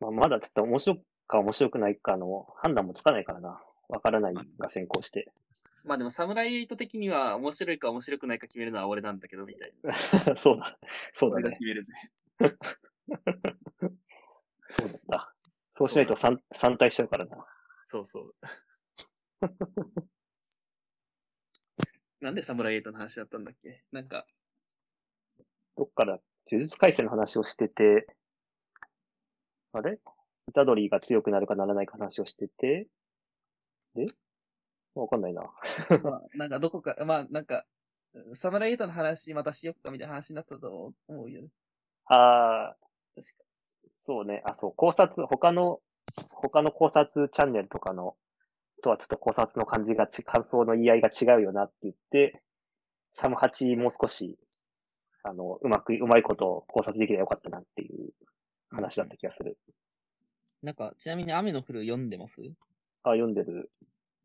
まあ、まだちょっと面白くか面白くないかの判断もつかないからな。わからないが先行して。
まあでもサムライエイト的には面白いか面白くないか決めるのは俺なんだけど、みたいな。
そうだ。そう
俺
だ
が
ね。
決めるぜ。
そうだった。そうしないと散散退しちゃうからな。
そうそう。 なんでサムライエイトの話だったんだっけなんか、
どっから呪術改正の話をしてて、あれイタドリが強くなるかならないか話をしてて、でわかんないな。
まあ、なんかどこか、まあなんか、サムライエイトの話またしよっかみたいな話になったと思うよね。
ああ、
確か。
そうね。あ、そう、考察、他の、他の考察チャンネルとかの、とはちょっと考察の感じがち、感想の言い合いが違うよなって言って、サムハチもう少し、あの、うまく、うまいこと考察できればよかったなっていう話だった気がする。
なんか、ちなみに雨の降る読んでます
あ、読んでる。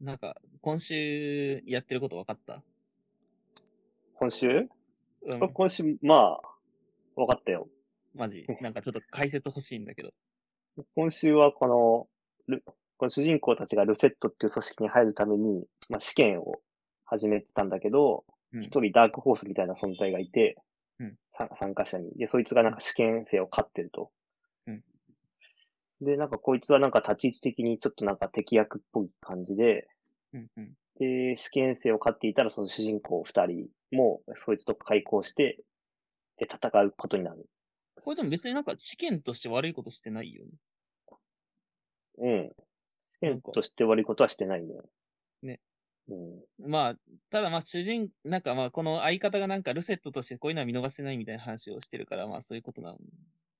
なんか、今週やってること分かった
今週、
うん
あ、今週、まあ、わかったよ。
マジ。なんかちょっと解説欲しいんだけど。
今週はこの、ルこの主人公たちがルセットっていう組織に入るために、まあ、試験を始めてたんだけど、
うん
一、人ダークホースみたいな存在がいて、
うん
さ参加者に。で、そいつがなんか試験生を勝ってると。
うん
で、なんかこいつはなんか立ち位置的にちょっとなんか敵役っぽい感じで、
うんうん。
で、試験生を勝っていたらその主人公二人もそいつと開口して、で、戦うことになる。
これでも別になんか試験として悪いことしてないよね。
うん。試
なん
験
か
として悪いことはしてないね。
ね。
うん。
まあ、ただまあ主人、なんかまあこの相方がなんかルセットとしてこういうのは見逃せないみたいな話をしてるから、まあそういうことなの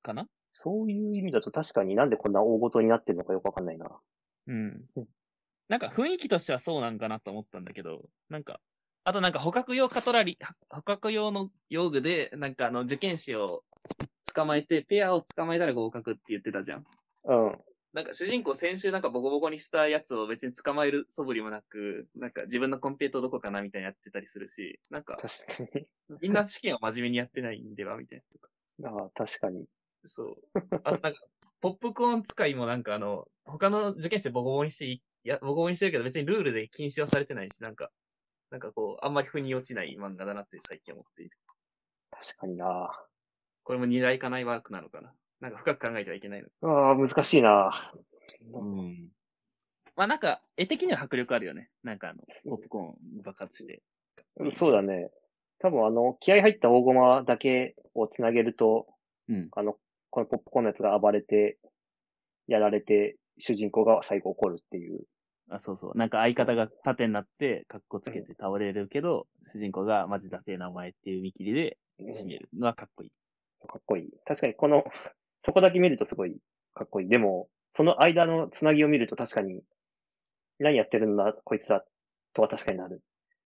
かな
そういう意味だと確かになんでこんな大ごとになってるのかよくわかんないな。
うん
うん。
なんか雰囲気としてはそうなんかなと思ったんだけど、なんか、あとなんか捕獲用カトラリー、捕獲用の用具で、なんかあの受験士を捕まえて、ペアを捕まえたら合格って言ってたじゃん。
うん。
なんか主人公先週なんかボコボコにしたやつを別に捕まえる素振りもなく、なんか自分のコンペイトどこかなみたいにやってたりするし、なんか
確かに。
みんな試験を真面目にやってないんではみたいなとか。
ああ、確かに。
そう。あとなんか、ポップコーン使いもなんかあの、他の受験生ボコボコにしてい、いや、ボコボコにしてるけど別にルールで禁止はされてないし、なんか、なんかこう、あんまり腑に落ちない漫画だなって最近思っている。
確かにな。あ
これも二大化ないワークなのかな。なんか深く考えてはいけないの。
あ、難しいな。
うん。まあなんか、絵的には迫力あるよね。なんかあの、ポップコーン爆発して。
そうだね。多分あの、気合入った大駒だけをつなげると、
うん
あの、このポップコーンのやつが暴れて、やられて、主人公が最後怒るっていう。
あ、そうそう。なんか相方が盾になって、格好つけて倒れるけど、主人公がマジだせえ名前っていう見切りで
うん
締めるのはかっこいい。
かっこいい。確かにこの そこだけ見るとすごいかっこいい。でも、その間のつなぎを見ると確かに、何やってるんだ、こいつら、とは確かになる。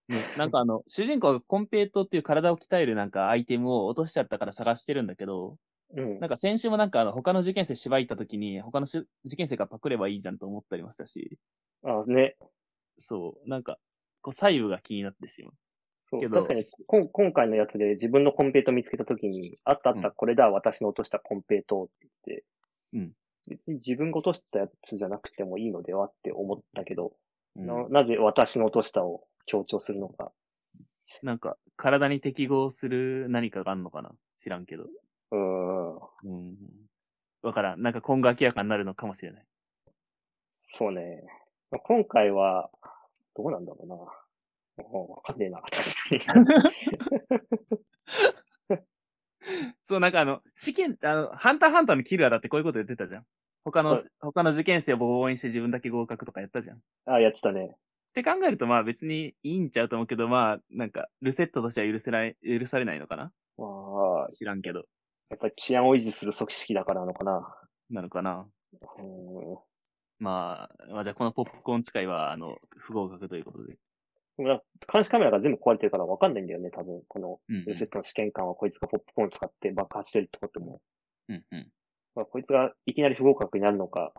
ね、なんかあの、主人公がコンペイトっていう体を鍛えるなんかアイテムを落としちゃったから探してるんだけど、
うん。
なんか先週もなんかあの、他の受験生芝居った時に、他のし受験生がパクればいいじゃんと思ったりましたし、
あね。
そう、なんか、こう細部が気になってしまう。
そう
けど
確かにこん、今回のやつで自分のコンペイト見つけたときに、あったあった、
うん
これだ、私の落としたコンペイトって言って、
うん
別に自分が落としたやつじゃなくてもいいのではって思ったけど、
うん
ななぜ私の落としたを強調するのか。
なんか、体に適合する何かがあるのかな知らんけど。
うーん。
うん。わからん。なんか今後明らかになるのかもしれない。
そうね。まあ今回は、どうなんだろうな。もうわかんねえな、確かに。
そう、なんかあの、試験、あの、ハンターハンターのキルアだってこういうこと言ってたじゃん。他の、
はい
他の受験生をボコボコにして自分だけ合格とかやったじゃん。っ
あ、やってたね。
て考えるとまあ別にいいんちゃうと思うけど、まあなんか、ルセットとしては許せない、許されないのかな
まあ、
知らんけど。
やっぱり治安を維持する組織だからなのかな。
なのかな
うーん。
まあ、まあ、じゃあこのポップコーン使いは、あの、不合格ということで。
でもなんか監視カメラが全部壊れてるからわかんないんだよね、多分。この
うん
ルセットの試験官はこいつがポップコーン使って爆発してるってことも。
うん。うんうん。
まあ、こいつがいきなり不合格になるのか、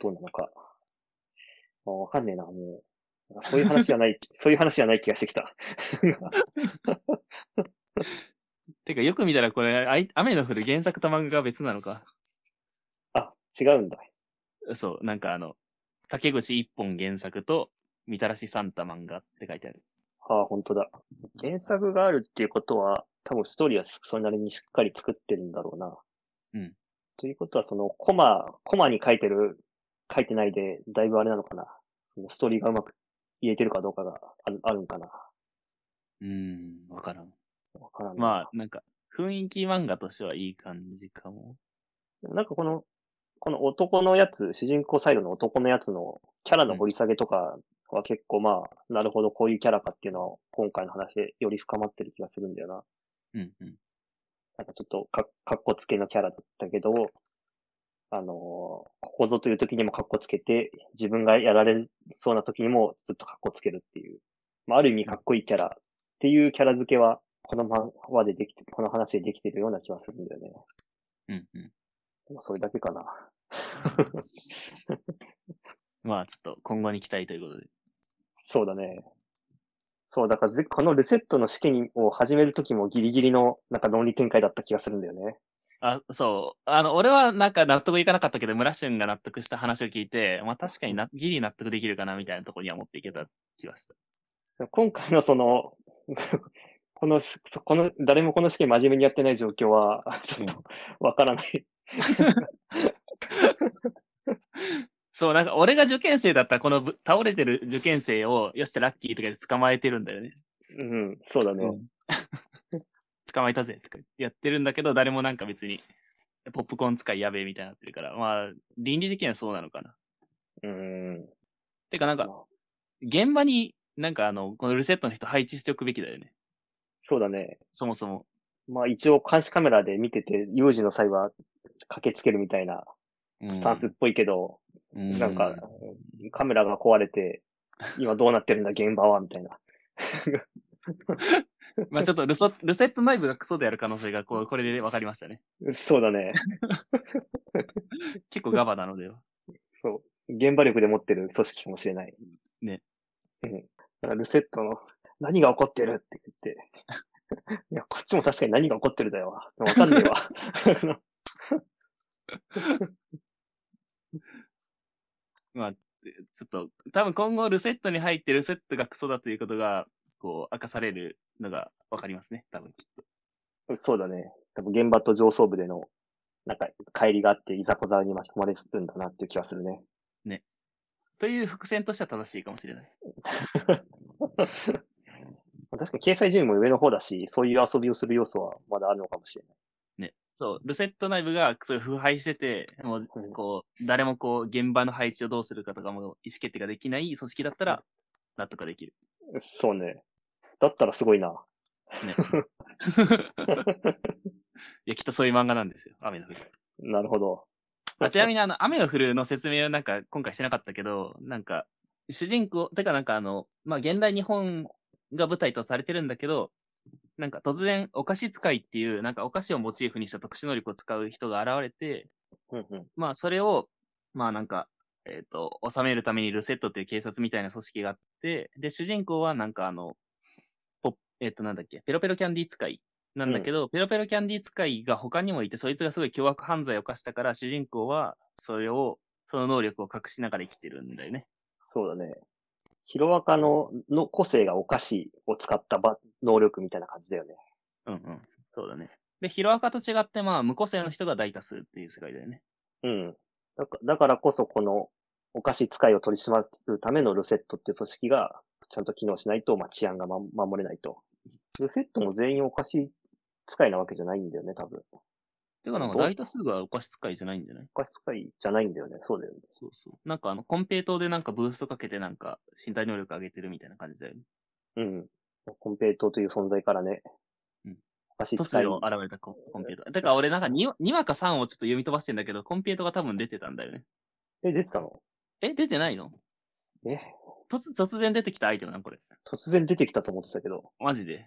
どうなのか。まあわかんねえな、もう。なんかそういう話じゃない、 そういう話じゃない気がしてきた。
てか、よく見たらこれ、あい雨の降る原作と漫画が別なのか。
あ、違うんだ。
そう、なんかあの、竹口一本原作と、みたらしサンタ漫画って書いてある。
ああ、本当だ。原作があるっていうことは、多分ストーリーはそれなりにしっかり作ってるんだろうな。
うん。
ということは、その、コマ、コマに書いてる、書いてないで、だいぶあれなのかな。そのストーリーがうまく言えてるかどうかがあるあるんかな。
うーん、わからん。
わからんな。
まあ、なんか、雰囲気漫画としてはいい感じかも。
なんかこの、この男のやつ、主人公サイドの男のやつのキャラの掘り下げとかは結構まあ、なるほどこういうキャラかっていうのは今回の話でより深まってる気がするんだよな。
うん、うん。
なんかちょっとか、かっこつけのキャラだったけど、あのーここぞという時にもかっこつけて、自分がやられそうな時にもずっとかっこつけるっていう。まあ、ある意味かっこいいキャラっていうキャラ付けは、この漫画でできて、この話でできてるような気がするんだよね。
うん、うん。
でもそれだけかな。
まあ、ちょっと今後に期待ということで。
そうだね。そう、だからぜこのルセットの試験を始める時もギリギリのなんか論理展開だった気がするんだよね。
あ、そう。あの、俺はなんか納得いかなかったけど、村俊が納得した話を聞いて、まあ確かにな、ギリ納得できるかなみたいなところには持っていけた気がした。
今回のその、 このし、そこの、誰もこの試験真面目にやってない状況は、 ちょっとわからない。
そう、なんか俺が受験生だったら、このぶ倒れてる受験生を、よっしゃ、ラッキーとかで捕まえてるんだよね。
うん、そうだね。
捕まえたぜとかやってるんだけど、誰もなんか別に、ポップコーン使いやべえみたいになってるから、まあ、倫理的にはそうなのかな。
うん。
てかなんか、現場になんかあの、このルセットの人配置しておくべきだよね。
そうだね。
そもそも。
まあ一応監視カメラで見てて、有事の際は駆けつけるみたいな
ス
スタンスっ、ぽいけど、
うん
なんか、カメラが壊れて、今どうなってるんだ、現場は、みたいな。
まあちょっとルソルセット内部がクソである可能性がこう、これで分かりましたね。
そうだね。
結構ガバなのでは。
そう。現場力で持ってる組織かもしれない。
ね。
うん。だからルセットの、何が起こってるって言って。 いや、こっちも確かに何が起こってるだよ。わかんねえわ。
まあ、ちょっと、多分今後ルセットに入ってルセットがクソだということが、こう、明かされるのが分かりますね。多分きっと。
そうだね。多分現場と上層部での、なんか、帰りがあって、いざこざに巻き込まれるんだなっていう気がするね。
という伏線としては正しいかもしれない。
確かに掲載順位も上の方だし、そういう遊びをする要素はまだあるのかもしれない。
ね、そう、ルセット内部がそう腐敗してて、もう
うん、
こう、誰もこう、現場の配置をどうするかとかも意思決定ができない組織だったら、納得できる。
そうね。だったらすごいな。
いや、きっとそういう漫画なんですよ。雨の降る。
なるほど。
あちなみにあの、雨が降るの説明はなんか今回してなかったけど、なんか、主人公、てかなんかあの、まあ、現代日本が舞台とされてるんだけど、なんか突然、お菓子使いっていう、なんかお菓子をモチーフにした特殊能力を使う人が現れて、
うんうん。
まあそれを、まあなんか、えっ、と、収めるためにルセットっていう警察みたいな組織があって、で、主人公はなんかあの、ポッえっ、となんだっけ、ペロペロキャンディー使いなんだけど、ペロペロキャンディー使いが他にもいて、そいつがすごい凶悪犯罪を犯したから、主人公はそれを、その能力を隠しながら生きてるんだよね。
そうだね。ヒロアカのの個性がおかしいを使ったば能力みたいな感じだよね。
うんうん。そうだね。で、ヒロアカと違って、まあ、無個性の人が大多数っていう世界だよね。
うん。だかだからこそこのお菓子使いを取り締まるためのルセットっていう組織がちゃんと機能しないと、まあ、治安が、ま、守れないと。ルセットも全員お菓子使いなわけじゃないんだよね、多分。
てか、なんか
どう
大多数がお菓子使いじゃないんじゃない
お菓子使いじゃないんだよね、そうだよね。
そうそう。なんかあの、コンペイトーでなんかブーストかけてなんか身体能力上げてるみたいな感じだよね。
うん。コンペイトーという存在からね。
うん。
お菓子
突
使い。
如現れたココンペイトー。だから俺なんか 2, 2話か3をちょっと読み飛ばしてんだけど、コンペイトーが多分出てたんだよね。
え、出てたの
え、出てないの
え
突突然出てきたアイテムなのこれ。
突然出てきたと思ってたけど。
マジで。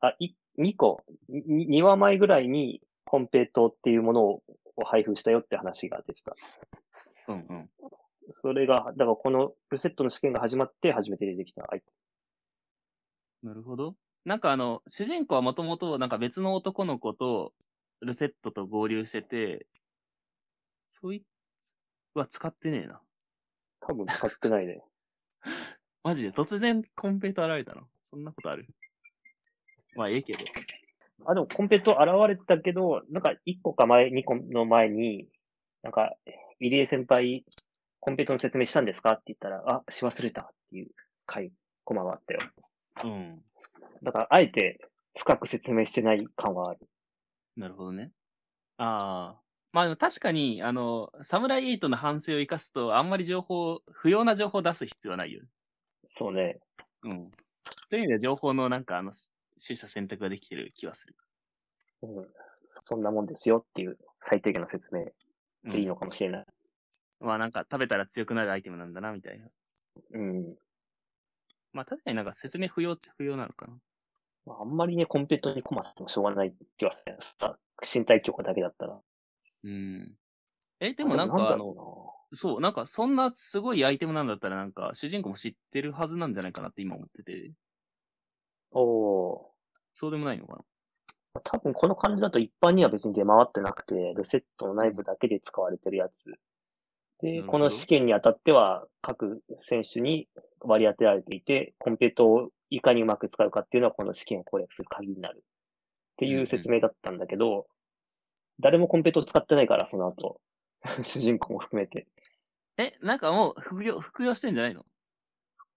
あ、い、2個、2話前ぐらいに、コンペイトーっていうものをを配布したよって話が出てた。
うんうん。
それが、だからこのルセットの試験が始まって初めて出てきたアイテ
なるほど。なんかあの、主人公はもともとなんか別の男の子とルセットと合流してて、そいつは使ってねえな。
ム。多分使ってないね。
マジで突然コンペイトー現れたのそんなことあるまあええけど。
あ、でもコンペイトー現れてたけど、なんか1個か前、2個の前に、なんか、入江先輩、コンペイトーの説明したんですかって言ったら、あ、し忘れたっていう回、コマがあったよ。
うん。
だから、あえて深く説明してない感はある。
なるほどね。ああ。まあでも確かに、あの、サムライエイトの反省を生かすと、あんまり情報、不要な情報を出す必要はないよね。
そうね。
うん。という意味では情報のなんか、あの、し取捨選択ができてる気はする。
うん。そんなもんですよっていう最低限の説明
うん
でいいのかもしれない。
まあなんか、食べたら強くなるアイテムなんだな、みたいな。
うん。
まあ確かになんか説明不要っちゃ不要なのかな。
まああんまりね、コンペイトーにコマしてもしょうがない気はする。さ身体強化だけだったら。
うん。え、で
で
もなんか、あの、
の、
そう、なんかそんなすごいアイテムなんだったらなんか、主人公も知ってるはずなんじゃないかなって今思ってて、
おお
そうでもないのかな。
ー。多分この感じだと一般には別に出回ってなくて、ルセットの内部だけで使われてるやつ。
なる
で、
ほど
この試験にあたっては各選手に割り当てられていて、コンペイトーをいかにうまく使うかっていうのはこの試験を攻略する鍵になる。っていう説明だったんだけど、誰もコンペイトー使ってないから、その後。 主人公も含めて。
え、なんかもう服用、服用してんじゃないの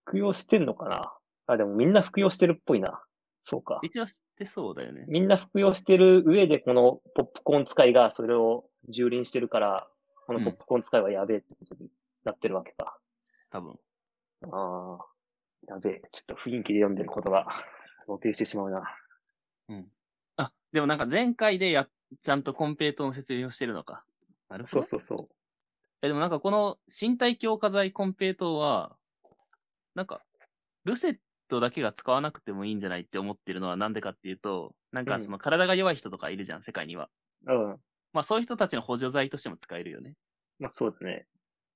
服用してんのかなあ、でもみんな服用してるっぽいな。そうか。
一応知ってそうだよね。
みんな服用してる上で、このポップコーン使いがそれを蹂躙してるから、このポップコーン使いはやべえってことになってるわけか。
多分。
ああ、やべえ。ちょっと雰囲気で読んでることが露呈してしまうな。
あ、でもなんか前回でや、ちゃんとコンペイトーの説明をしてるのか。なるほど。
そうそうそ
え、でもなんかこの身体強化剤コンペイトーは、なんか、ルセットだけが使わなくてもいいんじゃないって思ってるのはなんでかっていうと、なんかその体が弱い人とかいるじゃん、世界には。
う。うん。
まあそういう人たちの補助剤としても使えるよね。
まあそうだね。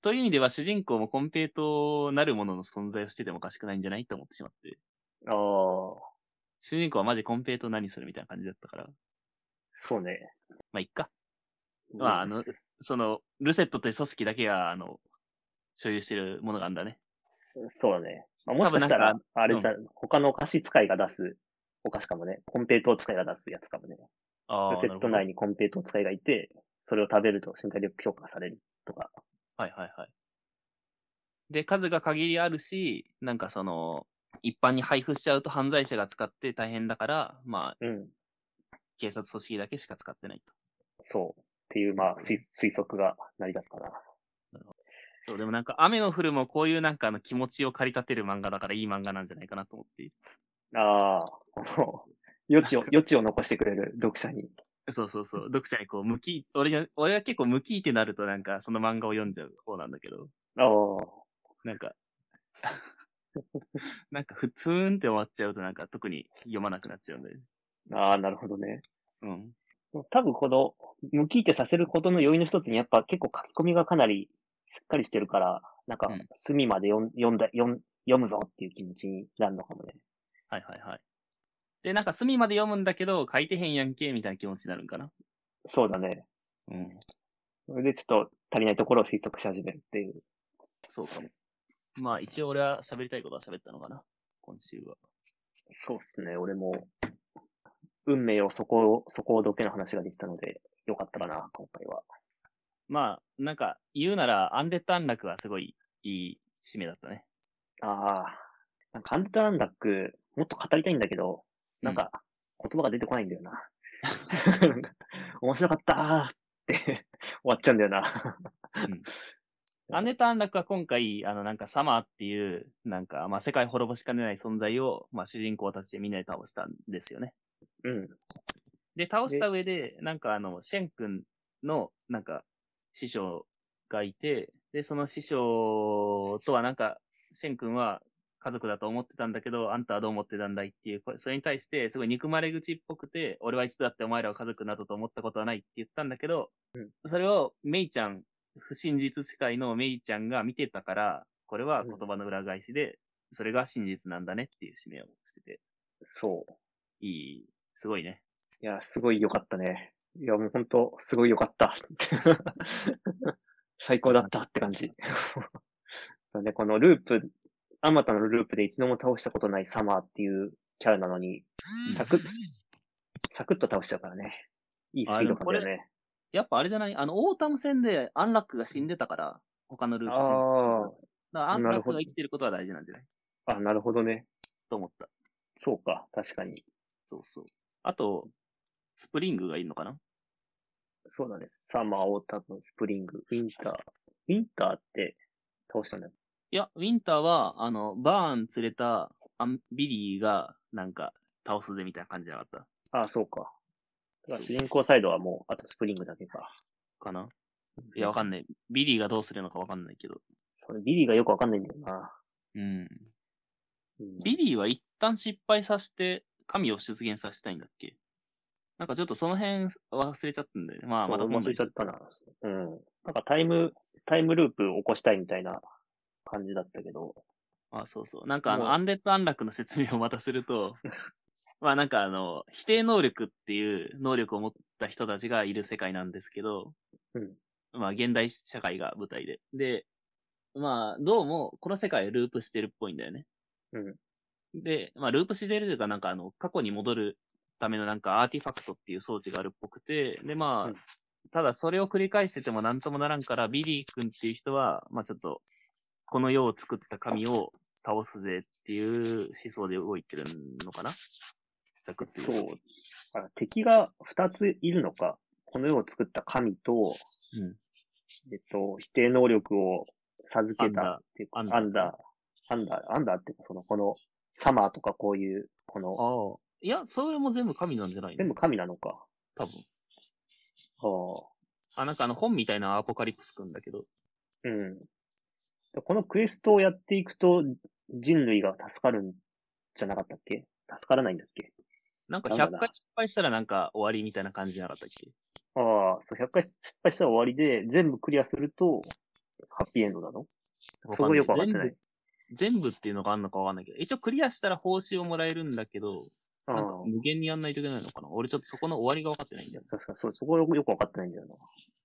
という意味では主人公もコンペイトーなるものの存在をしててもおかしくないんじゃないと思ってしまって。
ああ、
主人公はマジコンペイトー何するみたいな感じだったから。
そうね。
まあ、いっか。まあ、あ
うん
の、その、ルセットという組織だけが、あの、所有してるものがあるんだね。
そうだね。まあ、
多
もし
分
か
な
し
ん
た、
から
あれじゃん、他のお菓子使いが出すお菓子かもね。コンペイトー使いが出すやつかもね。
あ
セット
な
内
い。
にコンペイトー使いがいて、それを食べると身体力強化されるとか。
はいはいはい。で、数が限りあるし、なんかその、一般に配布しちゃうと犯罪者が使って大変だから、まあ、
うん。
警察組織だけしか使ってないと。
そう。っていう、まあ、推推測が成り立つかな。
そう、でもなんか、雨の降るもこういうなんかあの気持ちを駆り立てる漫画だからいい漫画なんじゃないかなと思っている。
ああ、この、余地を、余地を残してくれる読者に
そうそうそう。読者にこう、向き、俺が、俺は結構向きってなるとなんか、その漫画を読んじゃう方なんだけど、
ああ。
なんか、 なんか普通んって終わっちゃうとなんか特に読まなくなっちゃうんだよね。
ああ、なるほどね。
うん。
多分この、向きってさせることの要因の一つに、やっぱ結構書き込みがかなりしっかりしてるから、なんか
うん、
隅まで読ん読んだ読ん読むぞっていう気持ちになるのかもね。
はいはいはい。で、なんか隅まで読むんだけど、書いてへんやんけ、みたいな気持ちになるんかな。
そうだね。
うん。
それでちょっと足りないところを推測し始めるっていう。
そうかも。まあ一応俺は喋りたいことは喋ったのかな。今週は。
そうっすね、俺も。運命をそこを、そこをどけの話ができたので、よかったかな、今回は。
まあ、なんか言うなら、アンデッド安楽はすごいいい締めだったね。
ああ。なんか、アンデッドランダック、もっと語りたいんだけど、なんか、言葉が出てこないんだよ な。面白かったーって終わっちゃうんだよな。
アネと安楽は今回、あの、なんか、サマーっていう、なんか、まあ、世界滅ぼしかねない存在を、まあ、主人公たちでみんなで倒したんですよね。
うん。
で、倒した上で、なんか、あの、シェン君の、なんか、師匠がいて、で、その師匠とは、なんか、シェン君は家族だと思ってたんだけど、あんたはどう思ってたんだいっていう、これそれに対して、すごい憎まれ口っぽくて、俺は一度だってお前らを家族などと思ったことはないって言ったんだけど、
うん
それを、メイちゃん、不真実司会のメイちゃんが見てたから、これは言葉の裏返しで、それが真実なんだねっていう締めをしてて、
そう。
いい、すごいね。
いや、すごい良かったね。いや、もうほんと、すごい良かった。 最高だったって感 じ。なんで、このループ、あまたのループで一度も倒したことないサマーっていうキャラなのに、サクッ、サクッと倒しちゃうからね。いいスピード感だよね。
やっぱあれじゃないあの、オータム戦でアンラックが死んでたから、他のループ死んでた
あ
だからアン
な
ラ
るほ
ック
ど
が生きてることは大事なんじゃない
あ、あ、なるほどね。
と思った。
そうか、確かに。
そうそう。あと、スプリングがいるのかな
そうだね。サマー、オータム、スプリング、ウィンター。ウィンターって倒したんだよ。
いや、ウィンターは、あの、バーン連れたアンビリーが、なんか、倒すぜみたいな感じじゃなかっ
ああ、そうか。だから主人公サイドはもう、あとスプリングだけか。
たかないや、わかんない。ビリーがどうするのかわかんないけど。
それビリーがよくわかんないんだよな。
うん。
うん
ビリーは一旦失敗させて、神を出現させたいんだっけなんかちょっとその辺忘れちゃったんだよね。まあ、ま
そ
た
う
今
忘
度
れ
に
ちゃったな。うん。なんかタイム、タイムループ起こしたいみたいな感じだったけど。
あ、そうそう。なんかあ
も
の、
う
アンデッド安楽の説明をまたす ると、まあなんかあの、否定能力っていう能力を持った人たちがいる世界なんですけど、
うん
まあ現代社会が舞台で。で、まあどうもこの世界をループしてるっぽいんだよね。
うん
で、まあループしてるというかなんかあの、過去に戻るためのなんかアーティファクトっていう装置があるっぽくて、でまあ、
うん
ただそれを繰り返しててもなんともならんから、ビリー君っていう人は、まあちょっと、この世を作った神を倒すぜっていう思想で動いてるのかなざくっと言と。
あら敵が2ついるのか。この世を作った神と、
うん。
えっと、否定能力を授け
アンダー
たっていうか、
ア
ア
ン
ン
ダー
ダー、アンダー、アンダー、っていうか、その、この、サマーとかこういう、この、
ああ。いや、それも全部神なんじゃない
全
の
部神なのか。
多分。
ああ。
あ、なんかあの本みたいなアポカリプスくんだけど。
うん。このクエストをやっていくと人類が助かるんじゃなかったっけ助からないんだっけ
なんか
なんだ
100回失敗したらなんか終わりみたいな感じじゃなかったっけ
ああ、そう、100回失敗したら終わりで、全部クリアすると、ハッピーエンドなのそこよくわかってない。
全部。全部っていうのがあんのかわかんないけど、一応クリアしたら報酬をもらえるんだけど、
ああ
なんか、無限にやんないといけないのかな俺ちょっとそこの終わりがわかってないんだよ。
確かにそう、そこよくわかってないんだよ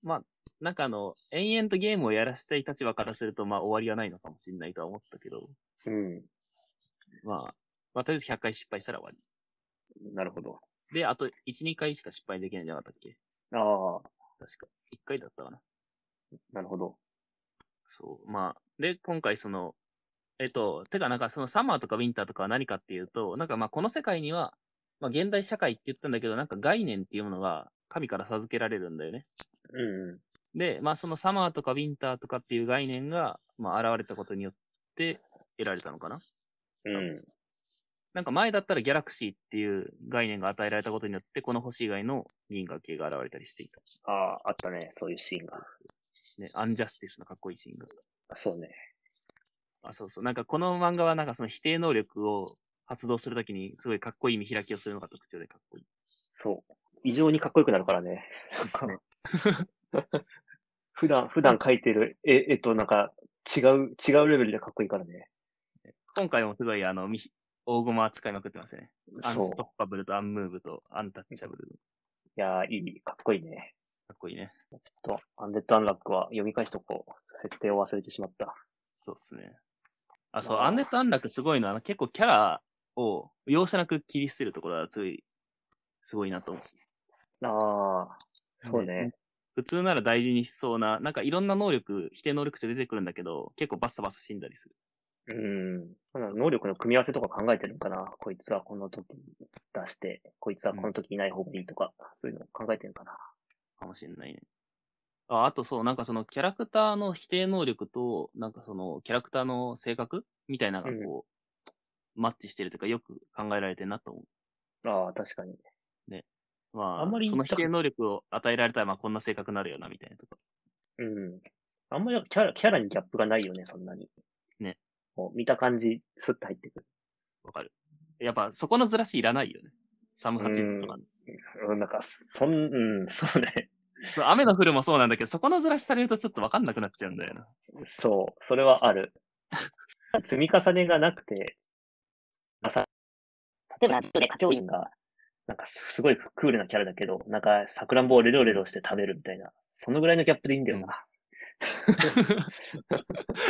な。
なんかあの、延々とゲームをやらしたい立場からすると、まあ終わりはないのかもしれないとは思ったけど、
う
まあ、まあとりあえず100回失敗したら終わり。
ん。なるほど。
で、あと1、2回しか失敗できないんじゃなかったっけ
ああ、
確か。1回だったかな。
なるほど。
そう。まあ、で、今回その、えっと、てかなんかそのサマーとかウィンターとかは何かっていうと、なんかまあこの世界には、まあ現代社会って言ったんだけど、なんか概念っていうものが神から授けられるんだよね。
うん。
で、まあそのサマーとかウィンターとかっていう概念が、まあ現れたことによって得られたのかな
うん。
なんか前だったらギャラクシーっていう概念が与えられたことによって、この星以外の銀河系が現れたりしていた。
ああ、あったね。そういうシーンが。
ね、アンジャスティスのかっこいいシーンが。
そうね。
あ、そうそう。なんかこの漫画はなんかその否定能力を発動するときにすごいかっこいい見開きをするのが特徴でかっこいい。
そう。異常にかっこよくなるからね。なんか 普段、普段描いてる絵、絵となんか違う、違うレベルでかっこいいからね。
今回もすごいあの、み大駒使いまくってますね。アン
そう。
ストッパブルとアンムーブとアンタッチャブル。
いやー、いい、かっこいいね。
かっこいいね。
ちょっと、アンデッドアンラックは読み返しとこう。設定を忘れてしまった。
そうっすね。あ、そう、
あー
アンデッド・アンラクすごいのは、あの結構キャラを容赦なく切り捨てるところは、すごい、すごいなと思
あ
う。
あ、そうね。。
普通なら大事にしそうな、なんかいろんな能力、否定能力値出てくるんだけど、結構バッサバサ死んだりする。
うん。なんか能力の組み合わせとか考えてるのかなこいつはこの時出して、こいつはこの時いない方がいいとか、そういうの考えてるのかな
かもしれないね。ああとそう、なんかそのキャラクターの否定能力と、なんかそのキャラクターの性格みたいなのがこう、マッチしてるというか、よく考えられてるなと思う。
ああ、確かに。
まあ、
あんまり
その
言
否
った
定能力を与えられたら、まあこんな性格になるよな、みたいなとか。
うん。あんまりキャラ、キャラにギャップがないよね、そんなに。
ね。
もう見た感じ、スッと入ってくる。
わかる。やっぱそこのずらしいらないよね。サムハチとかね。
うん、なんか、そん、うん、そうね。
そう、雨の降るもそうなんだけど、そこのずらしされるとちょっとわかんなくなっちゃうんだよな。
そう、それはある。積み重ねがなく て、あさ例えば、ちょっとね、歌教員が、なんかすすごいクールなキャラだけど、なんか、さくらんぼをレロレロして食べるみたいな、そのぐらいのギャップでいいんだよな。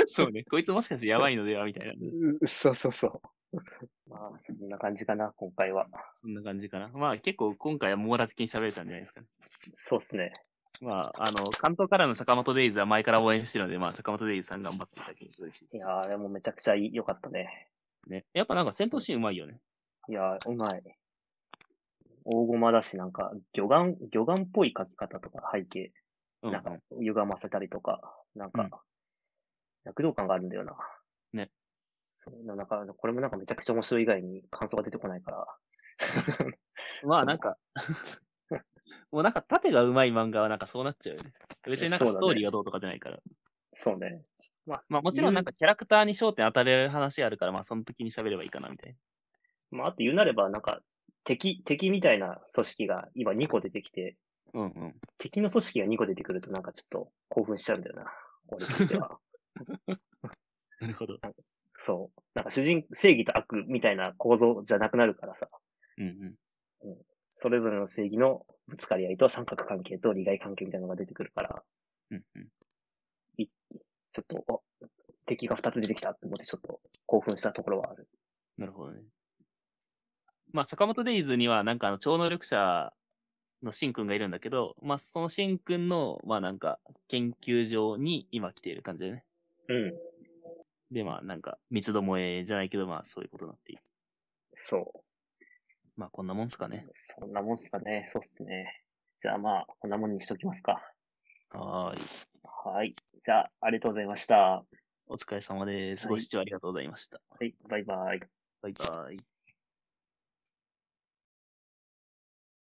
そうね。こいつもしかしてやばいのではみたいな。
うそうそうそう。 まあ、そんな感じかな、今回は。
そんな感じかな。まあ結構今回は網羅的に喋れたんじゃないですかね。
そうっすね。
まあ、あの、関東からの坂本デイズは前から応援してるので、まあ坂本デイズさん頑張っていただきたいし。
いやー、あれもめちゃくちゃいい良かったね。
ね。やっぱなんか戦闘シーンうまいよね。
いやー、うまい。大駒だし、なんか、魚眼、魚眼っぽい描き方とか背景、
うん。
なんか、歪ませたりとか、なん
うん
か、躍動感があるんだよな。
ね。
そう、なんか、これもなんかめちゃくちゃ面白い以外に感想が出てこないから。
まあなんか、もうなんか縦がうまい漫画はなんかそうなっちゃうよね。別になんか
そう
ス
だ
ト
ね
ーリーがどうとかじゃないから。
そうね。
まあもちろんなんかキャラクターに焦点当たれる話あるから、まあその時に喋ればいいかなみたい
まあ、あと言うなれば、なんか、敵、敵みたいな組織が今2個出てきて、
な。うんうん。
敵の組織が2個出てくるとなんかちょっと興奮しちゃうんだよな。俺として は。
なるほど。
そう。なんか主人、正義と悪みたいな構造じゃなくなるからさ。
うんうん。
それぞれの正義のぶつかり合いと三角関係と利害関係みたいなのが出てくるから、
うんうん、
ちょっと、あ敵が二つ出てきたって思ってちょっと興奮したところはある。
なるほどね。まあ坂本デイズにはなんかあの超能力者のシンくんがいるんだけど、まあそのシンくんの、まあなんか研究所に今来ている感じだね。
うん。
でまあなんか三つどもえじゃないけど、まあそういうことになっている。
そ
まあこんなもんすかね
う。。そんなもんっすかね。そうっすね。じゃあまあ、こんなもんにしときますか。
はーい。
はい。じゃあ、ありがとうございました。は
お疲れ様です。
はい
ご視聴ありがとうございました。
い。バイバイ。
バイバイ。